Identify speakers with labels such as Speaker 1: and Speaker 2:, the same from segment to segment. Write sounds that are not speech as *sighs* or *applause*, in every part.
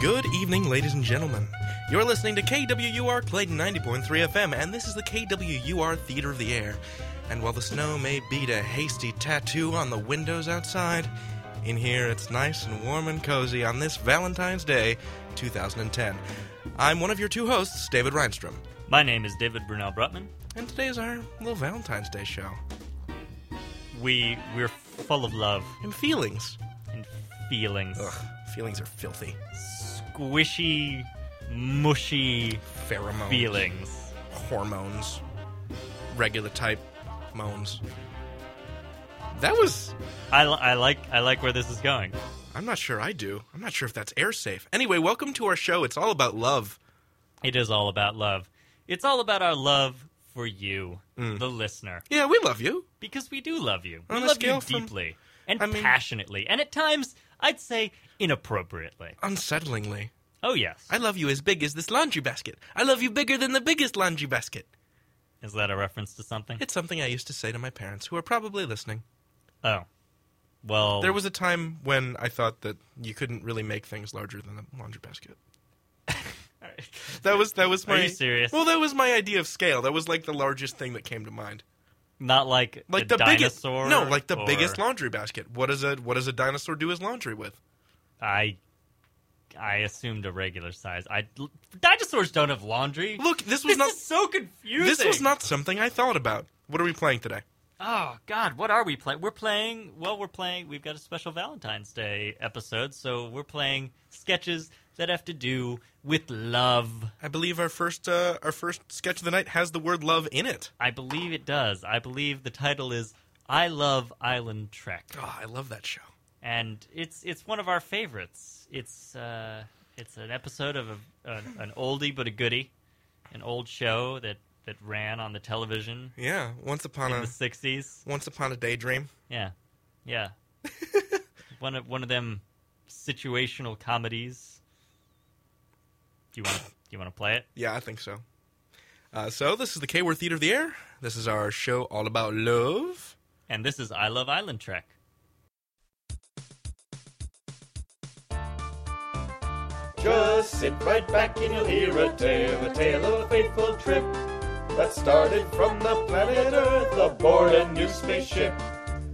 Speaker 1: Good evening, ladies and gentlemen. You're listening to KWUR Clayton 90.3 FM, and this is the KWUR Theater of the Air. And while the snow may beat a hasty tattoo on the windows outside, in here it's nice and warm and cozy on this Valentine's Day 2010. I'm one of your two hosts, David Reinstrom,
Speaker 2: My name is David Brunel Brutman.
Speaker 1: and today is our little Valentine's Day show.
Speaker 2: We we're full of love
Speaker 1: And feelings.
Speaker 2: and feelings.
Speaker 1: Ugh, feelings are filthy.
Speaker 2: Squishy, mushy
Speaker 1: Pheromones.
Speaker 2: feelings.
Speaker 1: hormones, regular type moans. That was.
Speaker 2: I, li- I like I like where this is going.
Speaker 1: I'm not sure I do. I'm not sure if that's air safe. Anyway, welcome to our show. It's all about love.
Speaker 2: It is all about love. It's all about our love for you, the listener,
Speaker 1: Mm. Yeah, we love you.
Speaker 2: because we do love you.
Speaker 1: On
Speaker 2: we
Speaker 1: a
Speaker 2: love
Speaker 1: scale
Speaker 2: you
Speaker 1: from-
Speaker 2: deeply and
Speaker 1: I mean-
Speaker 2: passionately, and at times I'd say inappropriately.
Speaker 1: Uh, Unsettlingly.
Speaker 2: Oh yes,
Speaker 1: I love you as big as this laundry basket. I love you bigger than the biggest laundry basket.
Speaker 2: is that a reference to something?
Speaker 1: It's something I used to say to my parents, who are probably listening.
Speaker 2: Oh, well,
Speaker 1: There was a time when I thought that you couldn't really make things larger than a laundry
Speaker 2: *laughs*
Speaker 1: basket. That was that was
Speaker 2: Are
Speaker 1: my
Speaker 2: you serious?
Speaker 1: Well, that was my idea of scale. That was like the largest thing that came to mind.
Speaker 2: not like
Speaker 1: like
Speaker 2: a
Speaker 1: the biggest
Speaker 2: dinosaur.
Speaker 1: no like the
Speaker 2: or-
Speaker 1: biggest laundry basket what does a what does a dinosaur do his laundry with
Speaker 2: I I assumed a regular size. I dinosaurs don't have laundry.
Speaker 1: look this was
Speaker 2: this
Speaker 1: not
Speaker 2: is so confusing.
Speaker 1: this was not something i thought about what are we playing today
Speaker 2: Oh God, what are we playing? We're playing. Well, we're playing. We've got a special Valentine's Day episode, so we're playing sketches that have to do with love.
Speaker 1: i believe our first uh, our first sketch of the night has the word love in it
Speaker 2: I believe it does. I believe the title is "I Love Island Trek,"
Speaker 1: oh i love that show
Speaker 2: and it's it's one of our favorites. It's uh, it's an episode of a, an, an oldie but a goodie, an old show that that ran on the television
Speaker 1: yeah once upon
Speaker 2: in
Speaker 1: a
Speaker 2: the sixties.
Speaker 1: once upon a daydream
Speaker 2: Yeah, yeah. one of one of them situational comedies. Do you want do you want to play it?
Speaker 1: yeah i think so uh, so this is the k-word theater of the air this is our show all about love
Speaker 2: And this is I Love Island Trek.
Speaker 3: Just sit right back and you'll hear a tale, a tale of a fateful trip that started from the planet Earth aboard a new spaceship.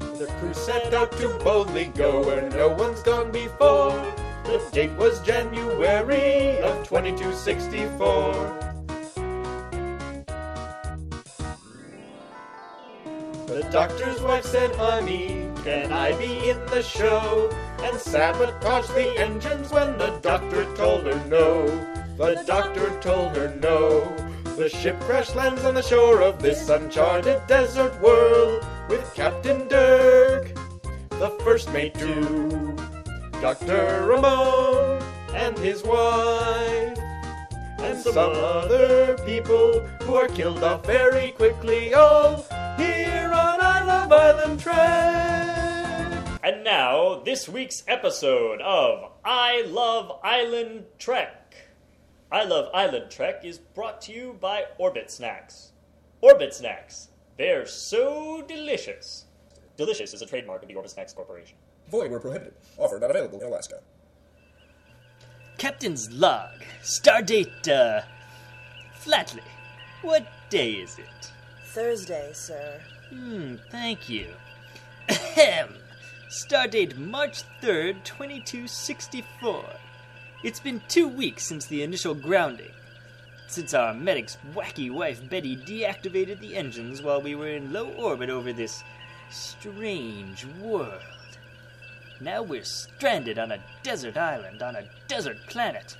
Speaker 3: The crew set out to boldly go where no one's gone before. The date was January of 2264. The doctor's wife said, Honey, can I be in the show? And sabotaged the engines when the doctor told her no. The doctor told her no. The ship crash lands on the shore of this uncharted desert world with Captain Dirk, the first mate, too. Dr. Ramon and his wife and some other people who are killed off very quickly. All here on I Love Island Trek.
Speaker 4: And now, this week's episode of I Love Island Trek. I Love Island Trek is brought to you by Orbit Snacks. Orbit Snacks, they're so delicious. Delicious is a trademark of the Orbit Snacks Corporation.
Speaker 5: Void were prohibited. Offer not available in Alaska.
Speaker 4: Captain's log. Stardate, uh. Flatley. What day is it? Hmm,
Speaker 6: Thursday, sir.
Speaker 4: Thank you. Ahem. Stardate March 3rd, 2264. It's been two weeks since the initial grounding. Since our medic's wacky wife Betty deactivated the engines while we were in low orbit over this strange world. Now we're stranded on a desert island on a desert planet.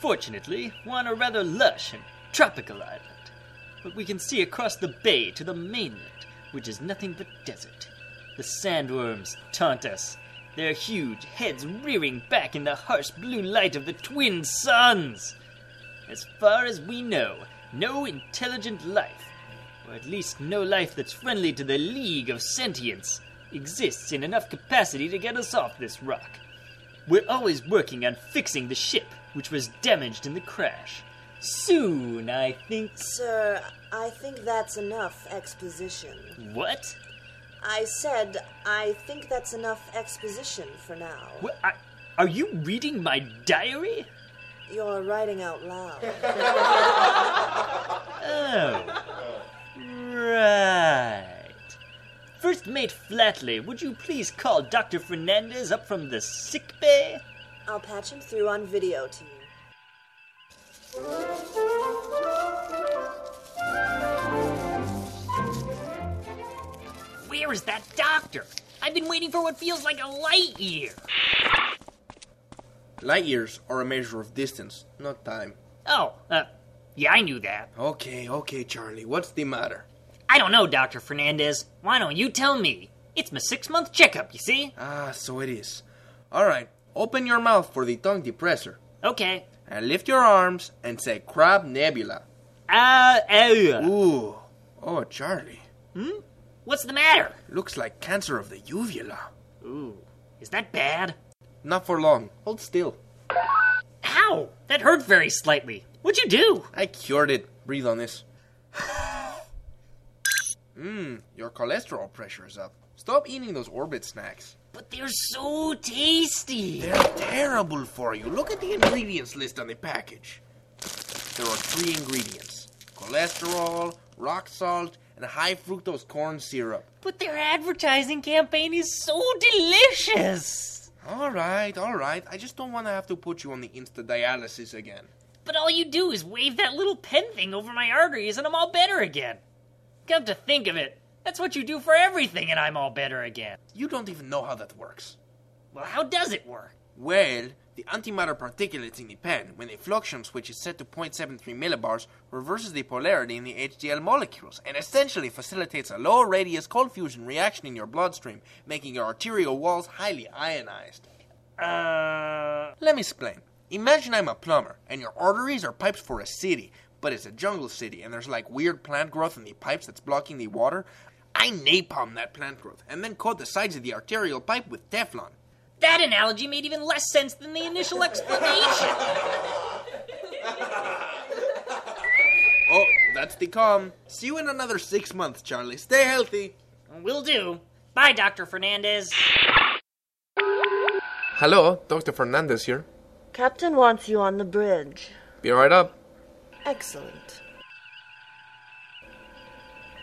Speaker 4: Fortunately, we're on a rather lush and tropical island but we can see across the bay to the mainland, which is nothing but desert. The sandworms taunt us, their huge heads rearing back in the harsh blue light of the twin suns. As far as we know, no intelligent life, or at least no life that's friendly to the League of Sentience, exists in enough capacity to get us off this rock. We're always working on fixing the ship, which was damaged in the crash. Soon, I think.
Speaker 6: Sir, I think that's enough exposition.
Speaker 4: What?
Speaker 6: I said, I think that's enough exposition for now.
Speaker 4: Wh- I, Are you reading my diary?
Speaker 6: You're writing out loud.
Speaker 4: *laughs* Oh. Right. First Mate Flatley, would you please call Dr. Fernandez up from the sick bay?
Speaker 6: I'll patch him through on video to you.
Speaker 4: Where is that doctor? I've been waiting for what feels like a light year.
Speaker 1: Light years are a measure of distance, not time.
Speaker 4: Oh, uh, yeah, I knew that.
Speaker 1: Okay, okay, Charlie, what's the matter?
Speaker 4: I don't know, Dr. Fernandez. Why don't you tell me? It's my six month checkup, you see?
Speaker 1: Ah, so it is. Alright, open your mouth for the tongue depressor,
Speaker 4: Okay.
Speaker 1: and lift your arms and say Crab Nebula.
Speaker 4: Uh, oh.
Speaker 1: Ooh, oh, Charlie,
Speaker 4: Hmm? What's the matter?
Speaker 1: looks like cancer of the uvula.
Speaker 4: Ooh, is that bad?
Speaker 1: Not for long, hold still.
Speaker 4: Ow! That hurt very slightly. What'd you do?
Speaker 1: I cured it, breathe on this. *sighs* Mmm, your cholesterol pressure is up. Stop eating those orbit snacks.
Speaker 4: But they're so tasty.
Speaker 1: They're terrible for you. Look at the ingredients list on the package. There are three ingredients cholesterol, rock salt, and high fructose corn syrup.
Speaker 4: But their advertising campaign is so delicious.
Speaker 1: All right, all right. I just don't want to have to put you on the insta dialysis again.
Speaker 4: But all you do is wave that little pen thing over my arteries and I'm all better again. Come to think of it, that's what you do for everything and I'm all better again.
Speaker 1: You don't even know how that works.
Speaker 4: Well, how does it work?
Speaker 1: Well, the antimatter particulates in the pen, when the fluxion switch is set to 0.73 millibars, reverses the polarity in the HDL molecules and essentially facilitates a low radius cold fusion reaction in your bloodstream, making your arterial walls highly ionized.
Speaker 4: Uh,
Speaker 1: Let me explain. Imagine I'm a plumber, and your arteries are pipes for a city, but it's a jungle city, and there's like weird plant growth in the pipes that's blocking the water. I napalm that plant growth, and then coat the sides of the arterial pipe with Teflon.
Speaker 4: that analogy made even less sense than the initial explanation.
Speaker 1: *laughs* Oh, that's the calm. See you in another six months, Charlie. Stay healthy.
Speaker 4: Will do. Bye, Dr. Fernandez.
Speaker 7: Oh
Speaker 1: Hello, Dr. Fernandez here.
Speaker 6: Captain wants you on the bridge.
Speaker 1: Be right up.
Speaker 6: Excellent.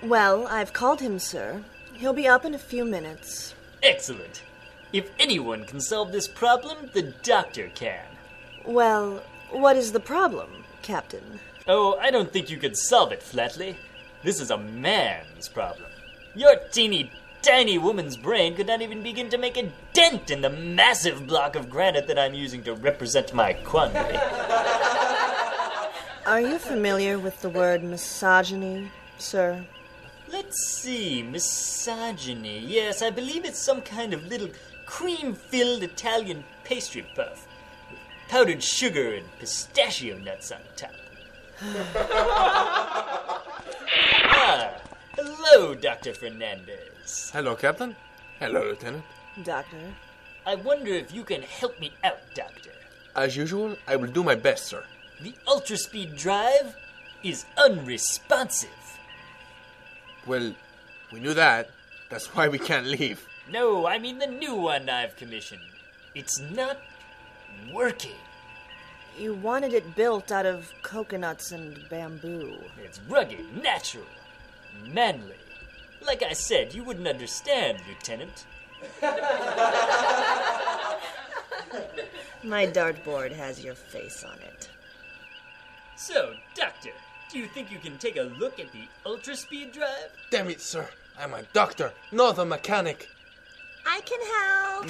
Speaker 6: Well, I've called him, sir. He'll be up in a few minutes.
Speaker 4: Excellent. If anyone can solve this problem, the doctor can.
Speaker 6: Well, what is the problem, Captain?
Speaker 4: Oh, I don't think you can solve it, Flatley. This is a man's problem. Your teeny tiny woman's brain could not even begin to make a dent in the massive block of granite that I'm using to represent my quandary.
Speaker 6: Are you familiar with the word misogyny, sir?
Speaker 4: Let's see, misogyny. Yes, I believe it's some kind of little cream filled Italian pastry puff with powdered sugar and pistachio nuts on top. ah, hello, Dr. Fernandez.
Speaker 1: Hello, Captain. Hello, Lieutenant.
Speaker 6: Doctor.
Speaker 4: I wonder if you can help me out, Doctor.
Speaker 1: As usual, I will do my best, sir.
Speaker 4: The ultra speed drive is unresponsive.
Speaker 1: Well, we knew that. That's why we can't leave.
Speaker 4: No, I mean the new one I've commissioned. It's not working.
Speaker 6: You wanted it built out of coconuts and bamboo.
Speaker 4: It's rugged, natural, manly. Like I said, you wouldn't understand, Lieutenant.
Speaker 6: My dartboard has your face on it.
Speaker 4: So, Doctor, do you think you can take a look at the ultra speed drive?
Speaker 1: Damn it, sir. I'm a doctor, not a mechanic.
Speaker 6: I can help!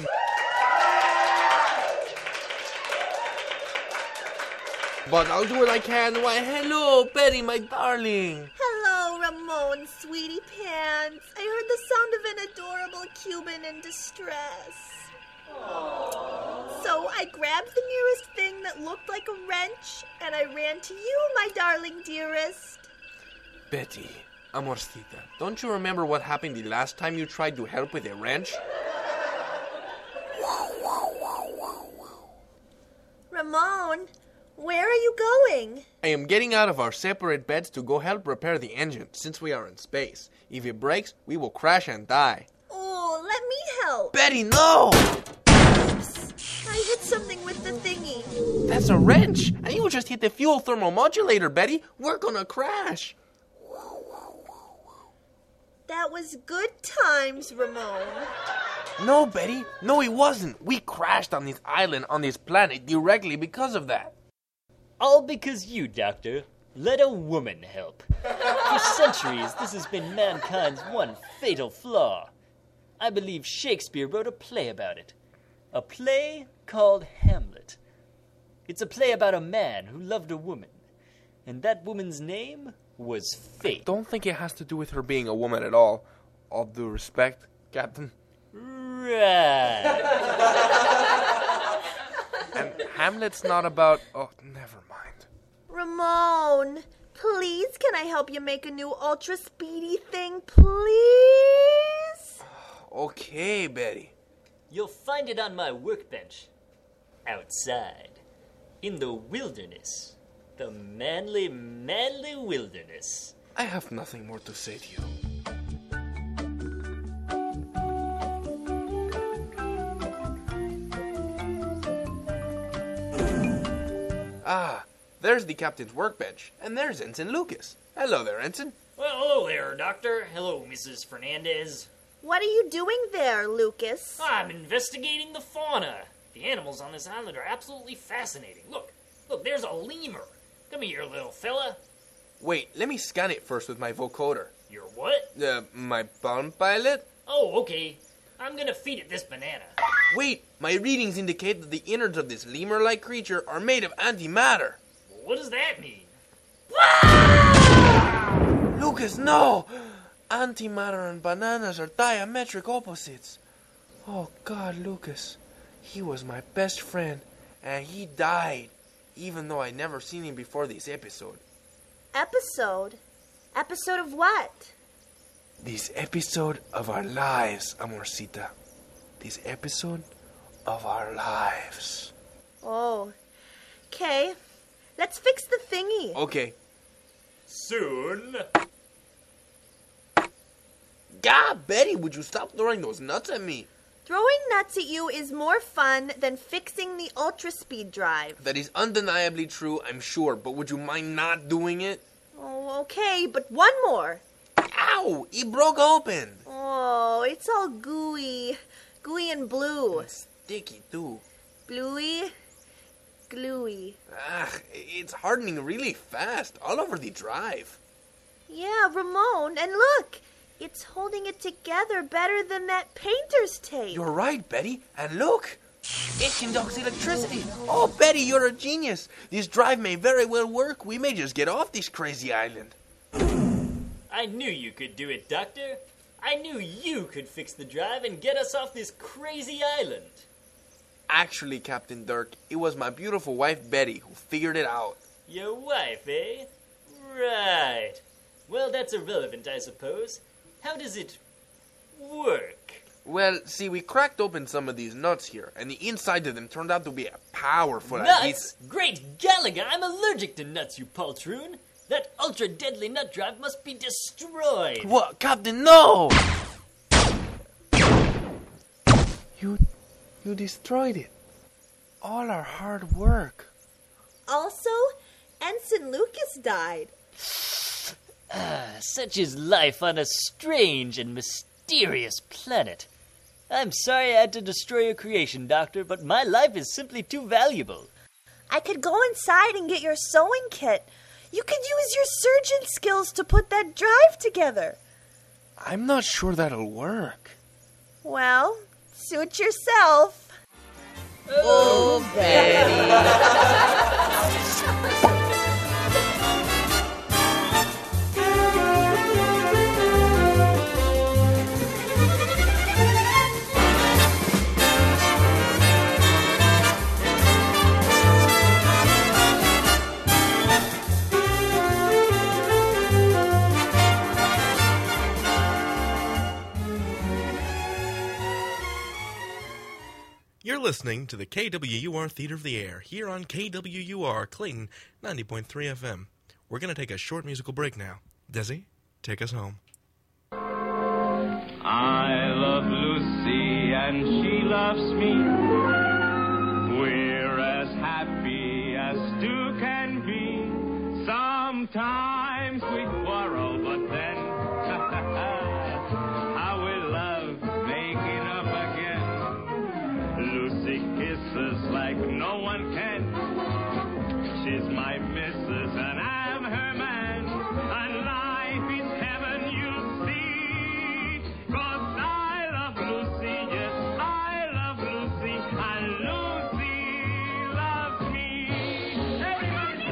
Speaker 1: But I'll do what I can. Why, hello, Betty, my darling.
Speaker 6: Hello, Ramon, sweetie pants. I heard the sound of an adorable Cuban in distress. So I grabbed the nearest thing that looked like a wrench and I ran to you, my darling dearest.
Speaker 1: Betty, amorcita, don't you remember what happened the last time you tried to help with a wrench?
Speaker 6: Ramon, where are you going?
Speaker 1: I am getting out of our separate beds to go help repair the engine, since we are in space. If it breaks, we will crash and die.
Speaker 6: Oh, let me help.
Speaker 1: Betty, no!
Speaker 6: I
Speaker 8: hit something with the thingy.
Speaker 1: That's a wrench, and you just hit the fuel thermomodulator, Betty. We're gonna crash.
Speaker 8: That was good times, Ramon.
Speaker 1: No, Betty. No, it wasn't. We crashed on this island, on this planet, directly because of that.
Speaker 4: All because you, Doctor, let a woman help. For centuries, this has been mankind's one fatal flaw. I believe Shakespeare wrote a play about it. A play called Hamlet. It's a play about a man who loved a woman, and that woman's name was Faith.
Speaker 1: Don't think it has to do with her being a woman at all. All due respect, Captain.
Speaker 4: *laughs* Right.
Speaker 1: And Hamlet's not about. Oh, never mind.
Speaker 8: Ramon, please, can I help you make a new ultra speedy thing, please?
Speaker 1: Okay, Betty.
Speaker 4: You'll find it on my workbench. Outside. In the wilderness. The manly, manly wilderness.
Speaker 1: I have nothing more to say to you. Ah, there's the captain's workbench, and there's Ensign Lucas. Hello there, Ensign.
Speaker 9: Well, hello there, Doctor. Hello, Mrs. Fernandez.
Speaker 8: What are you doing there, Lucas?
Speaker 9: I'm investigating the fauna. The animals on this island are absolutely fascinating. Look, look, there's a lemur. Come here, little fella.
Speaker 1: Wait, let me scan it first with my vocoder.
Speaker 9: You're what?
Speaker 1: Uh, my bomb pilot?
Speaker 9: Oh, okay. I'm gonna feed it this banana.
Speaker 1: Wait, my readings indicate that the innards of this lemur like creature are made of antimatter.
Speaker 9: What does that mean?
Speaker 1: Lucas, no! Antimatter and bananas are diametric opposites. Oh, God, Lucas. He was my best friend, and he died, even though I never seen him before this episode.
Speaker 8: Episode? Episode of what?
Speaker 1: This episode of our lives, Amorcita. This episode of our lives.
Speaker 8: Oh, okay. Let's fix the thingy.
Speaker 1: Okay.
Speaker 9: Soon.
Speaker 1: God, Betty, would you stop throwing those nuts at me?
Speaker 8: Throwing nuts at you is more fun than fixing the ultra speed drive.
Speaker 1: That is undeniably true, I'm sure, but would you mind not doing it?
Speaker 8: Oh, okay, but one more.
Speaker 1: Ow! It broke open!
Speaker 8: Oh, it's all gooey. Gooey and blue.
Speaker 1: Sticky, too.
Speaker 8: Bluey, gluey.
Speaker 1: Ugh, it's hardening really fast, all over the drive.
Speaker 8: Yeah, Ramon, and look! It's holding it together better than that painter's tape.
Speaker 1: You're right, Betty, and look! It conducts electricity! Oh, Betty, you're a genius! This drive may very well work. We may just get off this crazy island.
Speaker 9: I knew you could do it, Doctor. I knew you could fix the drive and get us off this crazy island.
Speaker 1: Actually, Captain Dirk, it was my beautiful wife, Betty, who figured it out.
Speaker 9: Your wife, eh? Right. Well, that's irrelevant, I suppose. How does it work?
Speaker 1: Well, see, we cracked open some of these nuts here, and the inside of them turned out to be a powerful
Speaker 9: Nuts? Great Gallagher, I'm allergic to nuts, you poltroon. That ultra deadly nut drive must be destroyed.
Speaker 1: What, Captain? No! You, you destroyed it. All *laughs* our hard work.
Speaker 8: Also, Ensign Lucas died.
Speaker 4: Ah, Such is life on a strange and mysterious planet. I'm sorry I had to destroy your creation, Doctor, but my life is simply too valuable.
Speaker 8: I could go inside and get your sewing kit. You could use your surgeon skills to put that drive together.
Speaker 1: I'm not sure that'll work.
Speaker 8: Well, suit yourself.
Speaker 10: You're listening to the KWUR Theater of the Air here on KWUR Clayton 90.3 FM. We're going to take a short musical break now. Desi, take us home.
Speaker 11: I love Lucy and she loves me. happy as two can be. Sometimes we quarrel, but then *laughs* how we love making up again. Lucy kisses like no one can. She's my missus and I'm her man. And life is heaven, you'll see. 'Cause I love Lucy, yes, I love Lucy. And Lucy loves me. Everybody!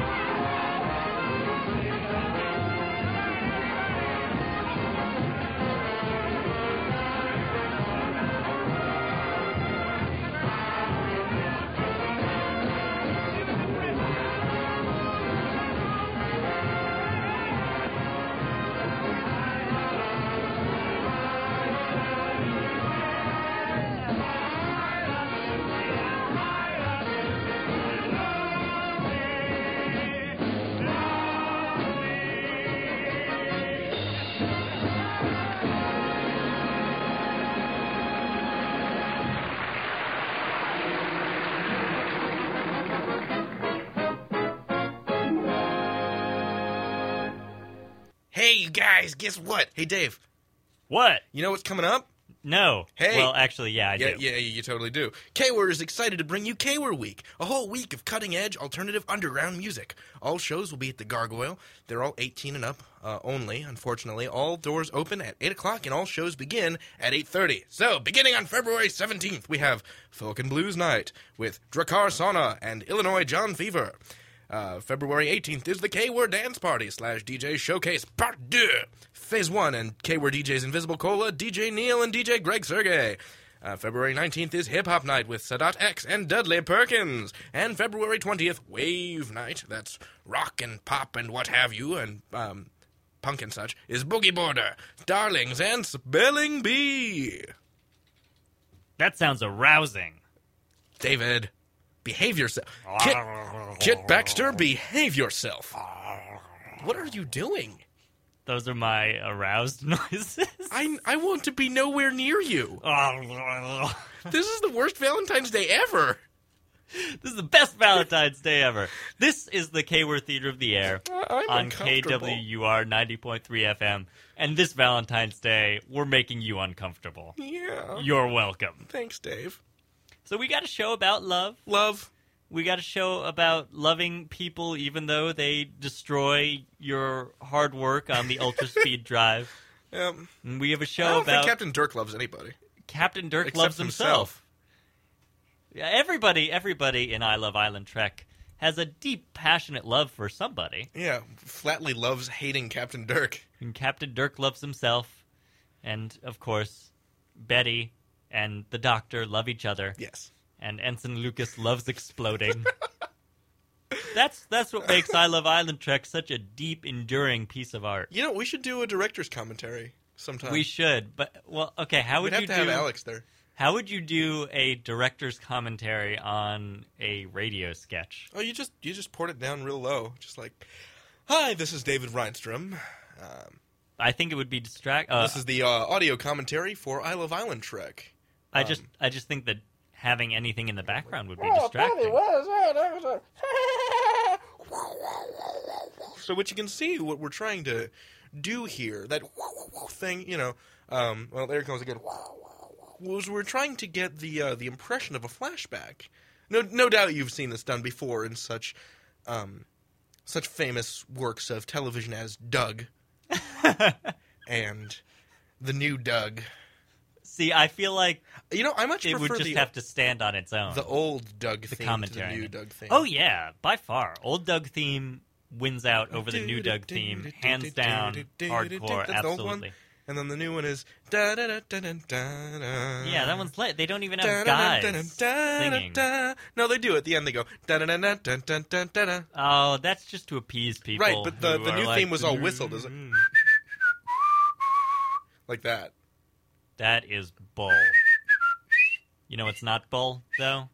Speaker 1: Hey, you guys, guess what? Hey, Dave,
Speaker 2: What?
Speaker 1: you know what's coming up?
Speaker 2: No.
Speaker 1: Hey.
Speaker 2: Well, actually, yeah, I
Speaker 1: yeah,
Speaker 2: do.
Speaker 1: yeah, you totally do. K-Word is excited to bring you K-Word Week, a whole week of cutting-edge alternative underground music. All shows will be at the Gargoyle. They're all 18 and up uh, only, unfortunately. All doors open at 8 o'clock, and all shows begin at 8.30. So, beginning on February 17th, we have Folk and Blues Night with Drakkar Sauna and Illinois John Fever. Uh, February 18th is the K Word Dance Party slash DJ Showcase Part 2. Phase 1 and K Word DJs Invisible Cola, DJ Neil, and DJ Greg Sergey. Uh, February 19th is Hip Hop Night with Sadat X and Dudley Perkins. And February 20th, Wave Night. That's rock and pop and what have you, and um, punk and such, is Boogie Border, Darlings, and Spelling Bee.
Speaker 2: That sounds arousing.
Speaker 1: David, behave yourself.
Speaker 2: *laughs*
Speaker 1: Kit, Kit Baxter, behave yourself. What are you
Speaker 2: *laughs*
Speaker 1: doing?
Speaker 2: Those are my aroused noises.
Speaker 1: I, I want to be nowhere near
Speaker 2: *laughs*
Speaker 1: you. This is the worst Valentine's Day ever.
Speaker 2: this is the best Valentine's Day ever. This is the Kword Theater of the Air
Speaker 1: I'm
Speaker 2: on
Speaker 1: uncomfortable.
Speaker 2: KWUR 90.3 FM. And this Valentine's Day, we're making you uncomfortable.
Speaker 1: Yeah.
Speaker 2: You're welcome.
Speaker 1: Thanks, Dave.
Speaker 2: So we got a show about love.
Speaker 1: Love.
Speaker 2: We got a show about loving people even though they destroy your hard work on the
Speaker 1: *laughs*
Speaker 2: ultra speed drive.
Speaker 1: Um,
Speaker 2: And we have a
Speaker 1: I
Speaker 2: show
Speaker 1: don't think
Speaker 2: about
Speaker 1: Captain Dirk loves anybody.
Speaker 2: Captain Dirk
Speaker 1: Except
Speaker 2: loves himself. Yeah, Everybody, everybody in I Love Island Trek has a deep, passionate love for somebody,
Speaker 1: Yeah, flatly loves hating Captain Dirk.
Speaker 2: and Captain Dirk loves himself, and of course, Betty and the Doctor love each other,
Speaker 1: Yes.
Speaker 2: and Ensign Lucas loves exploding. *laughs* that's that's what makes I Love Island Trek such a deep, enduring piece of art.
Speaker 1: You know, we should do a director's commentary sometime.
Speaker 2: We should, but well, okay. How would
Speaker 1: We'd have
Speaker 2: you
Speaker 1: to
Speaker 2: do?
Speaker 1: have Alex there.
Speaker 2: How would you do a director's commentary on a radio sketch?
Speaker 1: Oh, you just you just poured it down real low, just like, "Hi, this is David Reinstrom. Um,
Speaker 2: I think it would be distract. Uh,
Speaker 1: this is the uh, audio commentary for I Love Island Trek."
Speaker 2: I just, I just think that having anything in the background would be distracting.
Speaker 1: So, what you can see, what we're trying to do here, that thing, you know, um, well, there it comes again. Was we're trying to get the uh, the impression of a flashback. No, no doubt you've seen this done before in such, um, such famous works of television as
Speaker 2: *laughs*
Speaker 1: Doug and the new Doug.
Speaker 2: See, I feel like
Speaker 1: You know, I much
Speaker 2: it
Speaker 1: prefer
Speaker 2: would just
Speaker 1: the,
Speaker 2: have to stand on its own.
Speaker 1: the old Doug
Speaker 2: the
Speaker 1: theme to the
Speaker 2: commentary. I
Speaker 1: new
Speaker 2: mean.
Speaker 1: Doug theme.
Speaker 2: Oh yeah, by far, old Doug theme wins out over the new Doug theme, hands down, hardcore,
Speaker 1: That's the old one.
Speaker 2: absolutely.
Speaker 1: And then the new one is da da da da da da.
Speaker 2: Yeah, that one's lit. They don't even
Speaker 1: da
Speaker 2: have
Speaker 1: da
Speaker 2: guys singing.
Speaker 1: da. No, they do at the end. They go da da da da da da da da. da.
Speaker 2: Oh, that's just to appease people.
Speaker 1: Right, but the
Speaker 2: who
Speaker 1: the
Speaker 2: are
Speaker 1: new
Speaker 2: like, "Mm,
Speaker 1: theme was all whistled, is it?
Speaker 12: Mm-hmm.
Speaker 1: Like that.
Speaker 2: That is bull. You know, it's not bull though.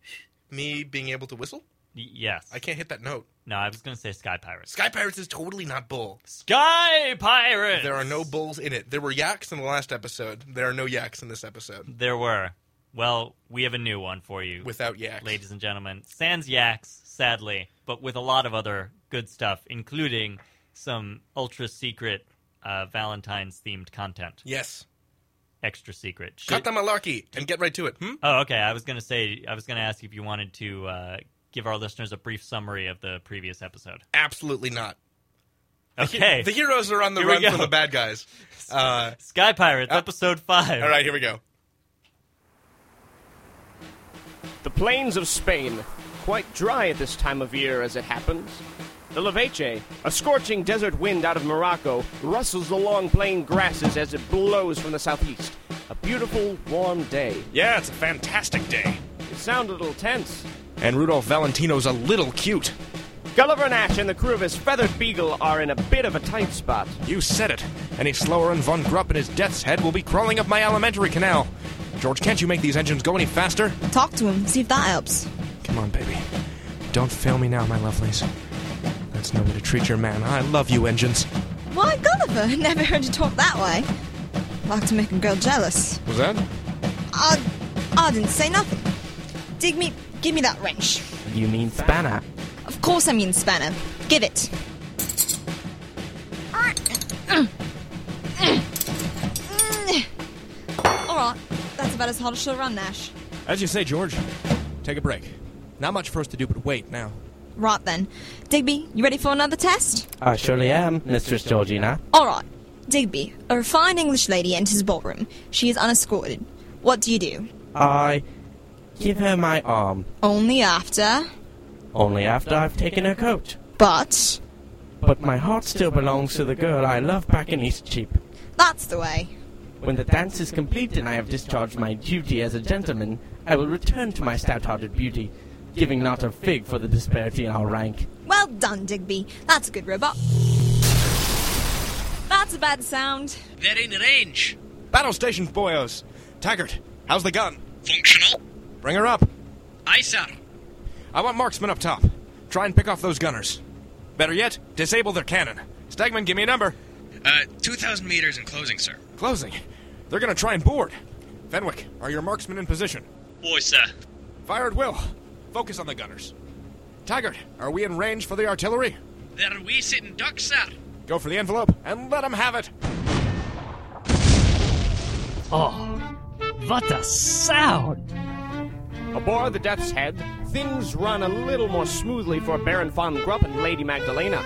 Speaker 1: Me being able to whistle,
Speaker 2: Y- yes.
Speaker 1: I can't hit that note.
Speaker 2: No, I was going to say Sky Pirates.
Speaker 1: Sky Pirates is totally not bull.
Speaker 2: Sky Pirates!
Speaker 1: There are no bulls in it. There were yaks in the last episode. There are no yaks in this episode.
Speaker 2: There were. Well, we have a new one for you,
Speaker 13: without yaks.
Speaker 2: ladies and gentlemen. Sans yaks, sadly, but with a lot of other good stuff, including some ultra secret uh, Valentine's themed content.
Speaker 13: Yes.
Speaker 2: Extra secret. Should-
Speaker 13: Cut the malarkey and get right to it. Hmm?
Speaker 2: Oh, okay. I was gonna say, I was gonna ask if you wanted to uh, give our listeners a brief summary of the previous episode.
Speaker 13: Absolutely not.
Speaker 2: Okay,
Speaker 13: The heroes are on the
Speaker 2: Here we
Speaker 13: run
Speaker 2: go.
Speaker 13: from the bad guys.
Speaker 2: *laughs*
Speaker 13: Uh,
Speaker 2: Sky Pirates,
Speaker 13: Uh,
Speaker 2: episode five.
Speaker 13: all right, here we go.
Speaker 14: The plains of Spain, quite dry at this time of year as it happens. The Leveche, a scorching desert wind out of Morocco, rustles the long plain grasses as it blows from the southeast. A beautiful, warm day.
Speaker 1: Yeah, it's a fantastic day.
Speaker 14: It sounded a little tense.
Speaker 1: And Rudolph Valentino's a little cute.
Speaker 14: Gulliver Nash and the crew of his feathered beagle are in a bit of a tight spot.
Speaker 1: You said it. Any slower and Von Grupp and his death's head will be crawling up my alimentary canal. George, can't you make these engines go any faster?
Speaker 15: Talk to him, see if that helps.
Speaker 1: Come on, baby. Don't fail me now, my lovelies. That's no way to treat your man. I love you, engines.
Speaker 15: Why, Gulliver? *laughs* Never heard you talk that way. Like to make a girl jealous.
Speaker 1: Was that?
Speaker 15: I, I didn't say nothing. Dig me, give me that wrench.
Speaker 1: You mean spanner.
Speaker 15: Of course I mean spanner. Give it. All right, that's about as hard as she'll run, Nash.
Speaker 1: As you say, George. Take a break. Not much for us to do, but wait now.
Speaker 15: Right then, Digby, you ready for another test?
Speaker 16: I surely am, Mistress Georgina.
Speaker 15: All right, Digby, a refined English lady enters ballroom. She is unescorted. What do you do?
Speaker 16: I give her my arm,
Speaker 15: Only after,
Speaker 16: only after I've taken her coat.
Speaker 15: but
Speaker 16: But my heart still belongs to the girl I love back in Eastcheap.
Speaker 15: that's the way.
Speaker 16: When the dance is complete and I have discharged my duty as a gentleman, I will return to my stout-hearted beauty, giving not a fig for the disparity in our rank.
Speaker 15: Well done, Digby. That's a good robot. That's a bad sound.
Speaker 1: They're in range. Battle stations, boyos. Taggart, how's the gun? Functional. Bring her up.
Speaker 12: Aye, sir.
Speaker 1: I want marksmen up top. Try and pick off those gunners. Better yet, disable their cannon. Stegman, give me a number.
Speaker 12: Uh, 2,000 meters in closing, sir.
Speaker 1: Closing. They're gonna try and board. Fenwick, are your marksmen in position?
Speaker 12: Boy, sir.
Speaker 1: Fire at will. Focus on the gunners. Taggart, are we in range for the artillery?
Speaker 12: There we sitting ducks, sir.
Speaker 1: Go for the envelope and let 'em have it.
Speaker 14: Oh, what a sound! Aboard the Death's Head, things run a little more smoothly for Baron von Grupp and Lady Magdalena.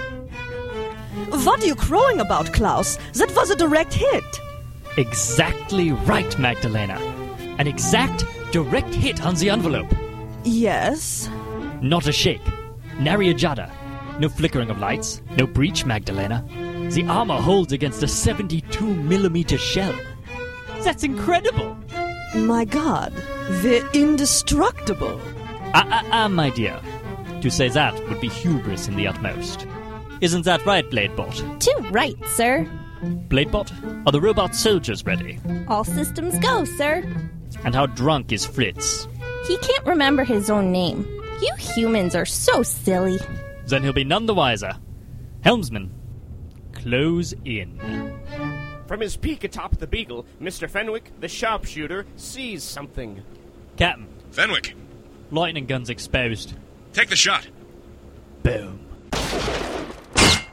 Speaker 17: What are you crowing about, Klaus? That was a direct hit.
Speaker 4: Exactly right, Magdalena. An exact, direct hit on the envelope.
Speaker 17: Yes.
Speaker 4: Not a shake. Nary a jada. No flickering of lights. No breach, Magdalena. The armor holds against a 72 millimeter shell. That's incredible.
Speaker 17: My God, they're indestructible.
Speaker 4: Ah, ah, ah, my dear. To say that would be hubris in the utmost. Isn't that right, Bladebot?
Speaker 8: Too right, sir.
Speaker 4: Bladebot, are the robot soldiers ready?
Speaker 8: *laughs* All systems go, sir.
Speaker 4: And how drunk is Fritz?
Speaker 8: He can't remember his own name. You humans are so silly.
Speaker 4: Then he'll be none the wiser. Helmsman, close in.
Speaker 14: From his peak atop the Beagle, Mr. Fenwick, the sharpshooter, sees something.
Speaker 4: Captain.
Speaker 1: Fenwick.
Speaker 4: Lightning guns exposed.
Speaker 1: Take the shot.
Speaker 4: Boom.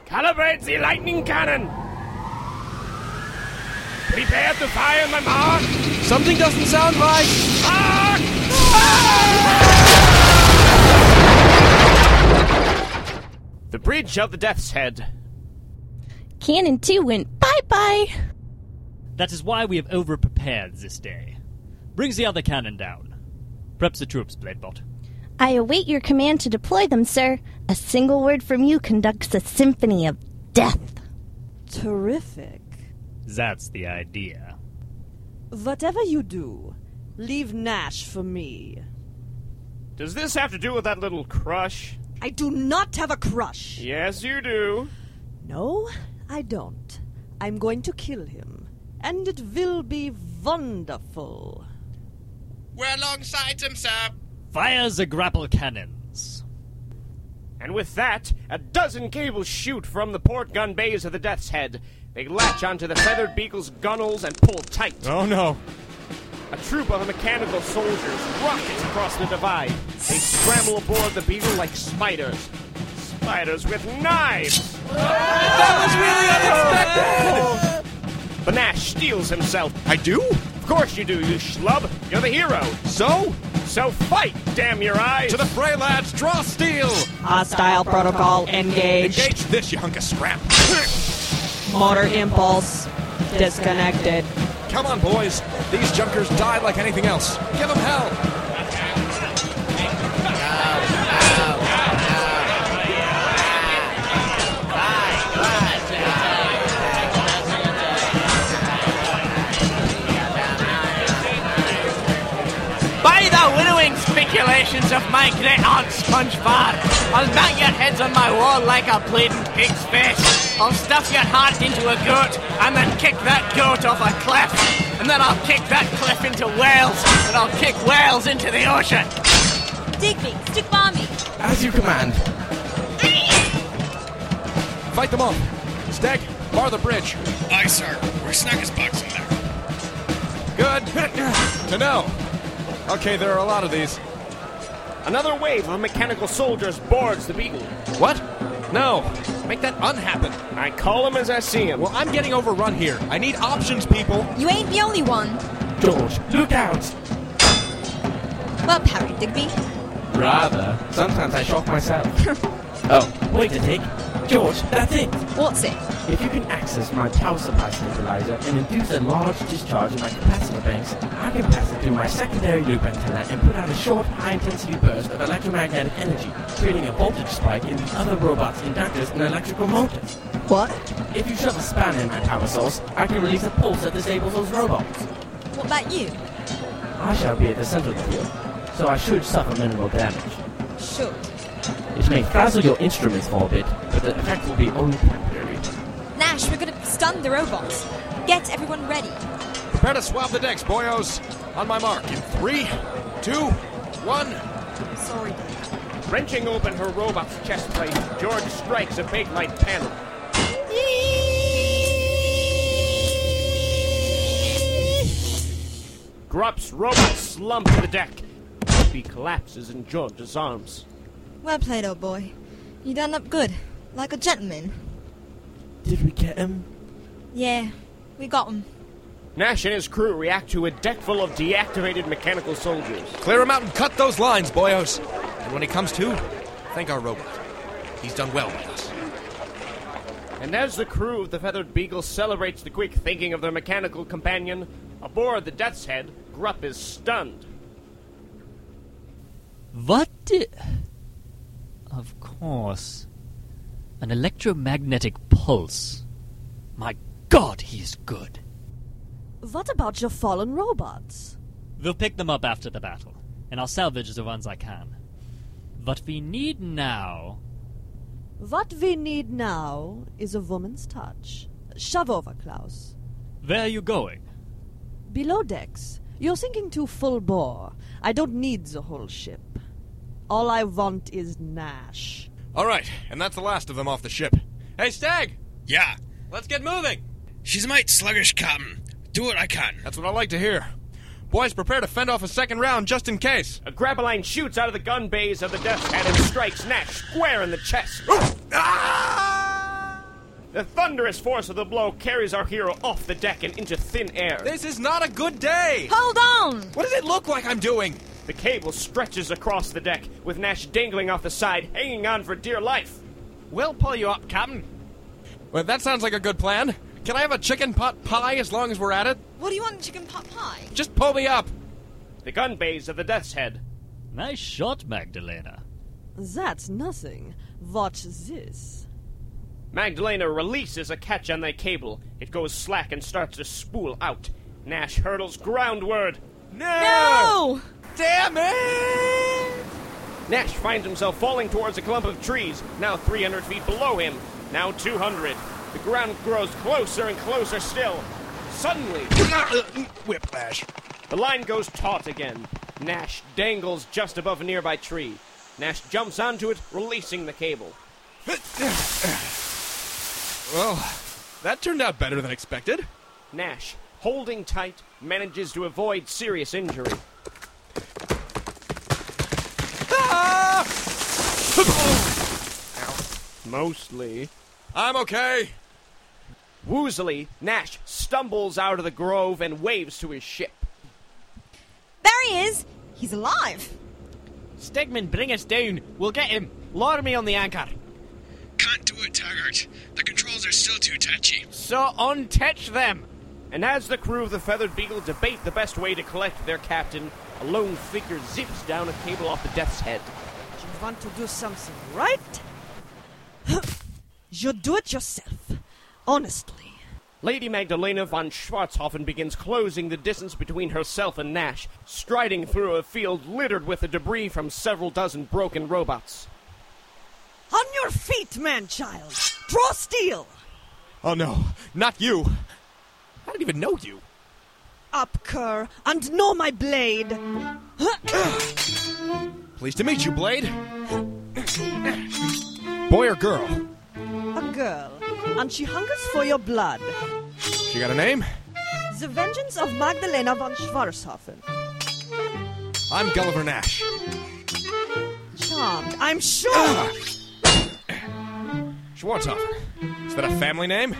Speaker 14: Calibrate the lightning cannon! Prepare to fire my mark!
Speaker 1: Something doesn't sound right!
Speaker 14: The bridge of the Death's Head.
Speaker 8: Cannon 2 went bye bye.
Speaker 4: That is why we have overprepared this day. Brings the other cannon down. Perhaps the troops, Bladebot.
Speaker 8: I await your command to deploy them, sir. A single word from you conducts a symphony of death.
Speaker 17: Terrific.
Speaker 4: That's the idea.
Speaker 17: Whatever you do, leave Nash for me.
Speaker 14: Does this have to do with that little crush?
Speaker 17: I do not have a crush.
Speaker 14: Yes, you do.
Speaker 17: No, I don't. I'm going to kill him. And it will be wonderful.
Speaker 12: We're alongside him, sir.
Speaker 4: Fires the grapple cannons.
Speaker 14: And with that, a dozen cables shoot from the port gun bays of the Death's Head. They latch onto the feathered beagle's gunnels and pull tight.
Speaker 1: Oh no.
Speaker 14: A troop of mechanical soldiers rockets across the divide. They scramble aboard the beetle like spiders. Spiders with knives! That was really unexpected! Banash steals himself. I do? Of course you do, you schlub. You're the hero. So? So fight, damn your eyes! To the fray, lads! Draw steel!
Speaker 18: Hostile protocol engaged.
Speaker 1: Engage this, you hunk of scrap.
Speaker 18: Motor impulse disconnected.
Speaker 1: Come on, boys. These junkers die like anything else. Give them hell.
Speaker 3: By the winnowing speculations of my great aunt SpongeBob, I'll bang your heads on my wall like a bleeding pig's face. I'll stuff your heart into a goat and then kick that goat off a cliff. And then I'll kick that cliff into Wales, and I'll kick Wales into the ocean.
Speaker 19: Digby, stick by me.
Speaker 16: As you command.
Speaker 1: Fight them off. Stag, bar the bridge.
Speaker 20: Aye, sir. We're Snackers box in there.
Speaker 1: Good to know. Okay, there are a lot of these.
Speaker 14: Another wave of mechanical soldiers boards the beetle.
Speaker 1: What? No. Make that unhappen.
Speaker 14: I call him as I see him.
Speaker 1: Well, I'm getting overrun here. I need options, people.
Speaker 15: You ain't the only one.
Speaker 16: George, look out!
Speaker 15: Well, Harry Digby.
Speaker 16: Rather. Sometimes I shock myself. oh, wait a tick. George, *laughs* that's it.
Speaker 15: What's it?
Speaker 16: If you can access my power supply stabilizer and induce a large discharge in my capacitor banks, I can pass it through my secondary loop antenna and put out a short, high-intensity burst of electromagnetic energy, creating a voltage spike in the other robot's inductors and electrical motors.
Speaker 15: What?
Speaker 16: If you shove a spanner in my power source, I can release a pulse that disables those robots.
Speaker 15: What about you?
Speaker 16: I shall be at the center of the field, so I should suffer minimal damage.
Speaker 15: Should.
Speaker 16: It may frazzle your instruments for a bit, but the effect will be only temporary.
Speaker 15: Nash, we're gonna stun the robots. Get everyone ready.
Speaker 1: Prepare to swab the decks, boyos. On my mark. In three, two, one.
Speaker 15: Sorry.
Speaker 14: Wrenching open her robot's chest plate, George strikes a bakelite panel. Grupp's robot slumps to the deck. He collapses in George's arms.
Speaker 15: Well played, old boy. You done up good, like a gentleman.
Speaker 16: Did we get him?
Speaker 15: Yeah, we got 'em.
Speaker 14: Nash and his crew react to a deck full of deactivated mechanical soldiers.
Speaker 1: Clear him out and cut those lines, boyos. And when he comes to, thank our robot. He's done well by us.
Speaker 14: And as the crew of the Feathered Beagle celebrates the quick thinking of their mechanical companion, aboard the Death's Head, Grupp is stunned.
Speaker 4: What? i- Of course. An electromagnetic pulse. My god, he is good.
Speaker 17: What about your fallen robots?
Speaker 4: We'll pick them up after the battle, and I'll salvage the ones I can. What we need now.
Speaker 17: What we need now is a woman's touch. Shove over, Klaus.
Speaker 4: Where are you going?
Speaker 17: Below decks, you're sinking to full bore. I don't need the whole ship. All I want is Nash.
Speaker 1: All right, and that's the last of them off the ship. Hey, Stag!
Speaker 20: Yeah.
Speaker 1: Let's get moving!
Speaker 20: She's a mite sluggish, Captain. Um, Do what I can.
Speaker 1: That's what I like to hear. Boys, prepare to fend off a second round just in case.
Speaker 14: A grappling shoots out of the gun bays of the Death's Head and strikes Nash square in the chest. Ah! The thunderous force of the blow carries our hero off the deck and into thin air.
Speaker 1: This is not a good day!
Speaker 15: Hold on!
Speaker 1: What does it look like I'm doing?
Speaker 14: The cable stretches across the deck, with Nash dangling off the side, hanging on for dear life.
Speaker 1: We'll pull you up, Captain. Well, that sounds like a good plan. Can I have a chicken pot pie as long as we're at it?
Speaker 15: What do you want, chicken pot pie?
Speaker 1: Just pull me up.
Speaker 14: The gun bays of the Death's Head.
Speaker 4: Nice shot, Magdalena.
Speaker 17: That's nothing. Watch this.
Speaker 14: Magdalena releases a catch on the cable. It goes slack and starts to spool out. Nash hurtles groundward.
Speaker 15: No!
Speaker 1: Damn it!
Speaker 14: Nash finds himself falling towards a clump of trees, now 300 feet below him, now 200. The ground grows closer and closer still. Suddenly,
Speaker 1: whiplash.
Speaker 14: The line goes taut again. Nash dangles just above a nearby tree. Nash jumps onto it, releasing the cable.
Speaker 1: Well, that turned out better than expected.
Speaker 14: Nash, holding tight, manages to avoid serious injury. Mostly. I'm okay. Woozily, Nash stumbles out of the grove and waves to his ship.
Speaker 15: There he is! He's alive!
Speaker 21: Stegman, bring us down. We'll get him. Lower me on the anchor. Can't do it, Taggart. The controls are still too touchy.
Speaker 14: So untouch them! And as the crew of the Feathered Beagle debate the best way to collect their captain, a lone figure zips down a cable off the death's head.
Speaker 17: You want to do something right? you do it yourself. Honestly.
Speaker 14: Lady Magdalena von Schwarzhofen begins closing the distance between herself and Nash, striding through a field littered with the debris from several dozen broken robots.
Speaker 17: On your feet, man child! Draw steel!
Speaker 22: Oh no, not you! I don't even know you.
Speaker 17: Up, cur, and know my blade!
Speaker 22: Pleased to meet you, Blade. Boy or girl?
Speaker 17: A girl, and she hungers for your blood.
Speaker 22: She got a name?
Speaker 17: The vengeance of Magdalena von Schwarzhofen.
Speaker 22: I'm Gulliver Nash.
Speaker 17: Charmed, I'm sure!
Speaker 22: Ah. Schwarzhofer. Is that a family name?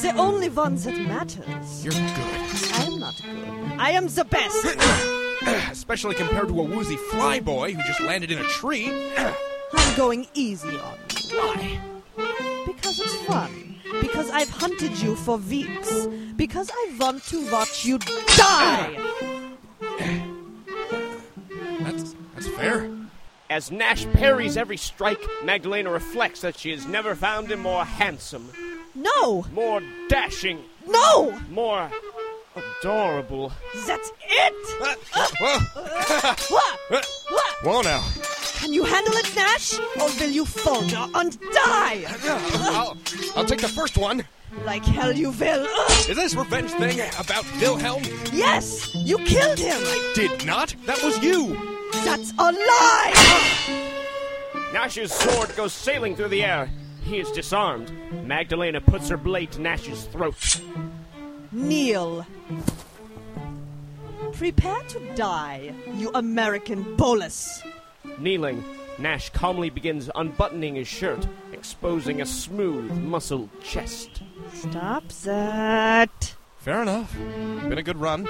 Speaker 17: The only one that matters.
Speaker 22: You're good.
Speaker 17: I'm not good. I am the best.
Speaker 22: Especially compared to a woozy fly boy who just landed in a tree.
Speaker 17: I'm going easy on you. Why? Because it's fun. Because I've hunted you for weeks. Because I want to watch you die.
Speaker 14: That's, that's fair. As Nash parries every strike, Magdalena reflects that she has never found him more handsome.
Speaker 17: No!
Speaker 14: More dashing.
Speaker 17: No!
Speaker 14: More adorable.
Speaker 17: That's it! Whoa.
Speaker 22: Whoa now.
Speaker 17: Can you handle it, Nash? Or will you falter and die?
Speaker 22: Uh, I'll, I'll take the first one.
Speaker 17: Like hell you will.
Speaker 22: Is this revenge thing about Wilhelm?
Speaker 17: Yes! You killed him!
Speaker 22: Did not? That was you!
Speaker 17: That's a lie! *laughs*
Speaker 14: Nash's sword goes sailing through the air. He is disarmed. Magdalena puts her blade to Nash's throat.
Speaker 17: Kneel. Prepare to die, you American bolus.
Speaker 14: Kneeling, Nash calmly begins unbuttoning his shirt, exposing a smooth, muscled chest.
Speaker 17: Stop that.
Speaker 22: Fair enough. Been a good run.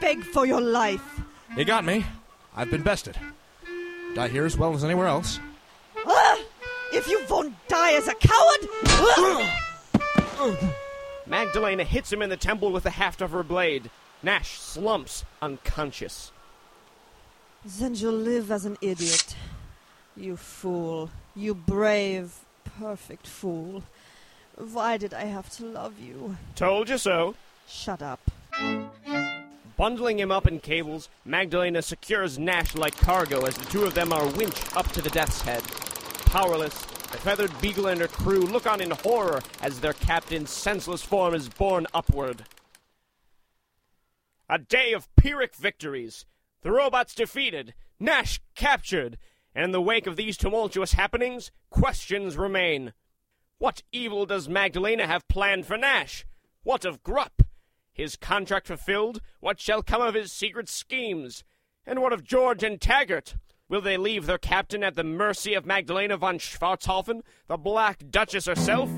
Speaker 17: Beg for your life.
Speaker 22: You got me. I've been bested. Die here as well as anywhere else.
Speaker 17: Ah! If you won't die as a coward! Ah!
Speaker 14: Magdalena hits him in the temple with the haft of her blade. Nash slumps unconscious.
Speaker 17: Then you'll live as an idiot. You fool. You brave, perfect fool. Why did I have to love you?
Speaker 14: Told you so.
Speaker 17: Shut up.
Speaker 14: Bundling him up in cables, Magdalena secures Nash like cargo as the two of them are winched up to the death's head. Powerless, the feathered beagle and her crew look on in horror as their captain's senseless form is borne upward. A day of Pyrrhic victories. The robots defeated, Nash captured, and in the wake of these tumultuous happenings, questions remain. What evil does Magdalena have planned for Nash? What of Grupp? His contract fulfilled, what shall come of his secret schemes? And what of George and Taggart? Will they leave their captain at the mercy of Magdalena von Schwarzhofen, the Black Duchess herself?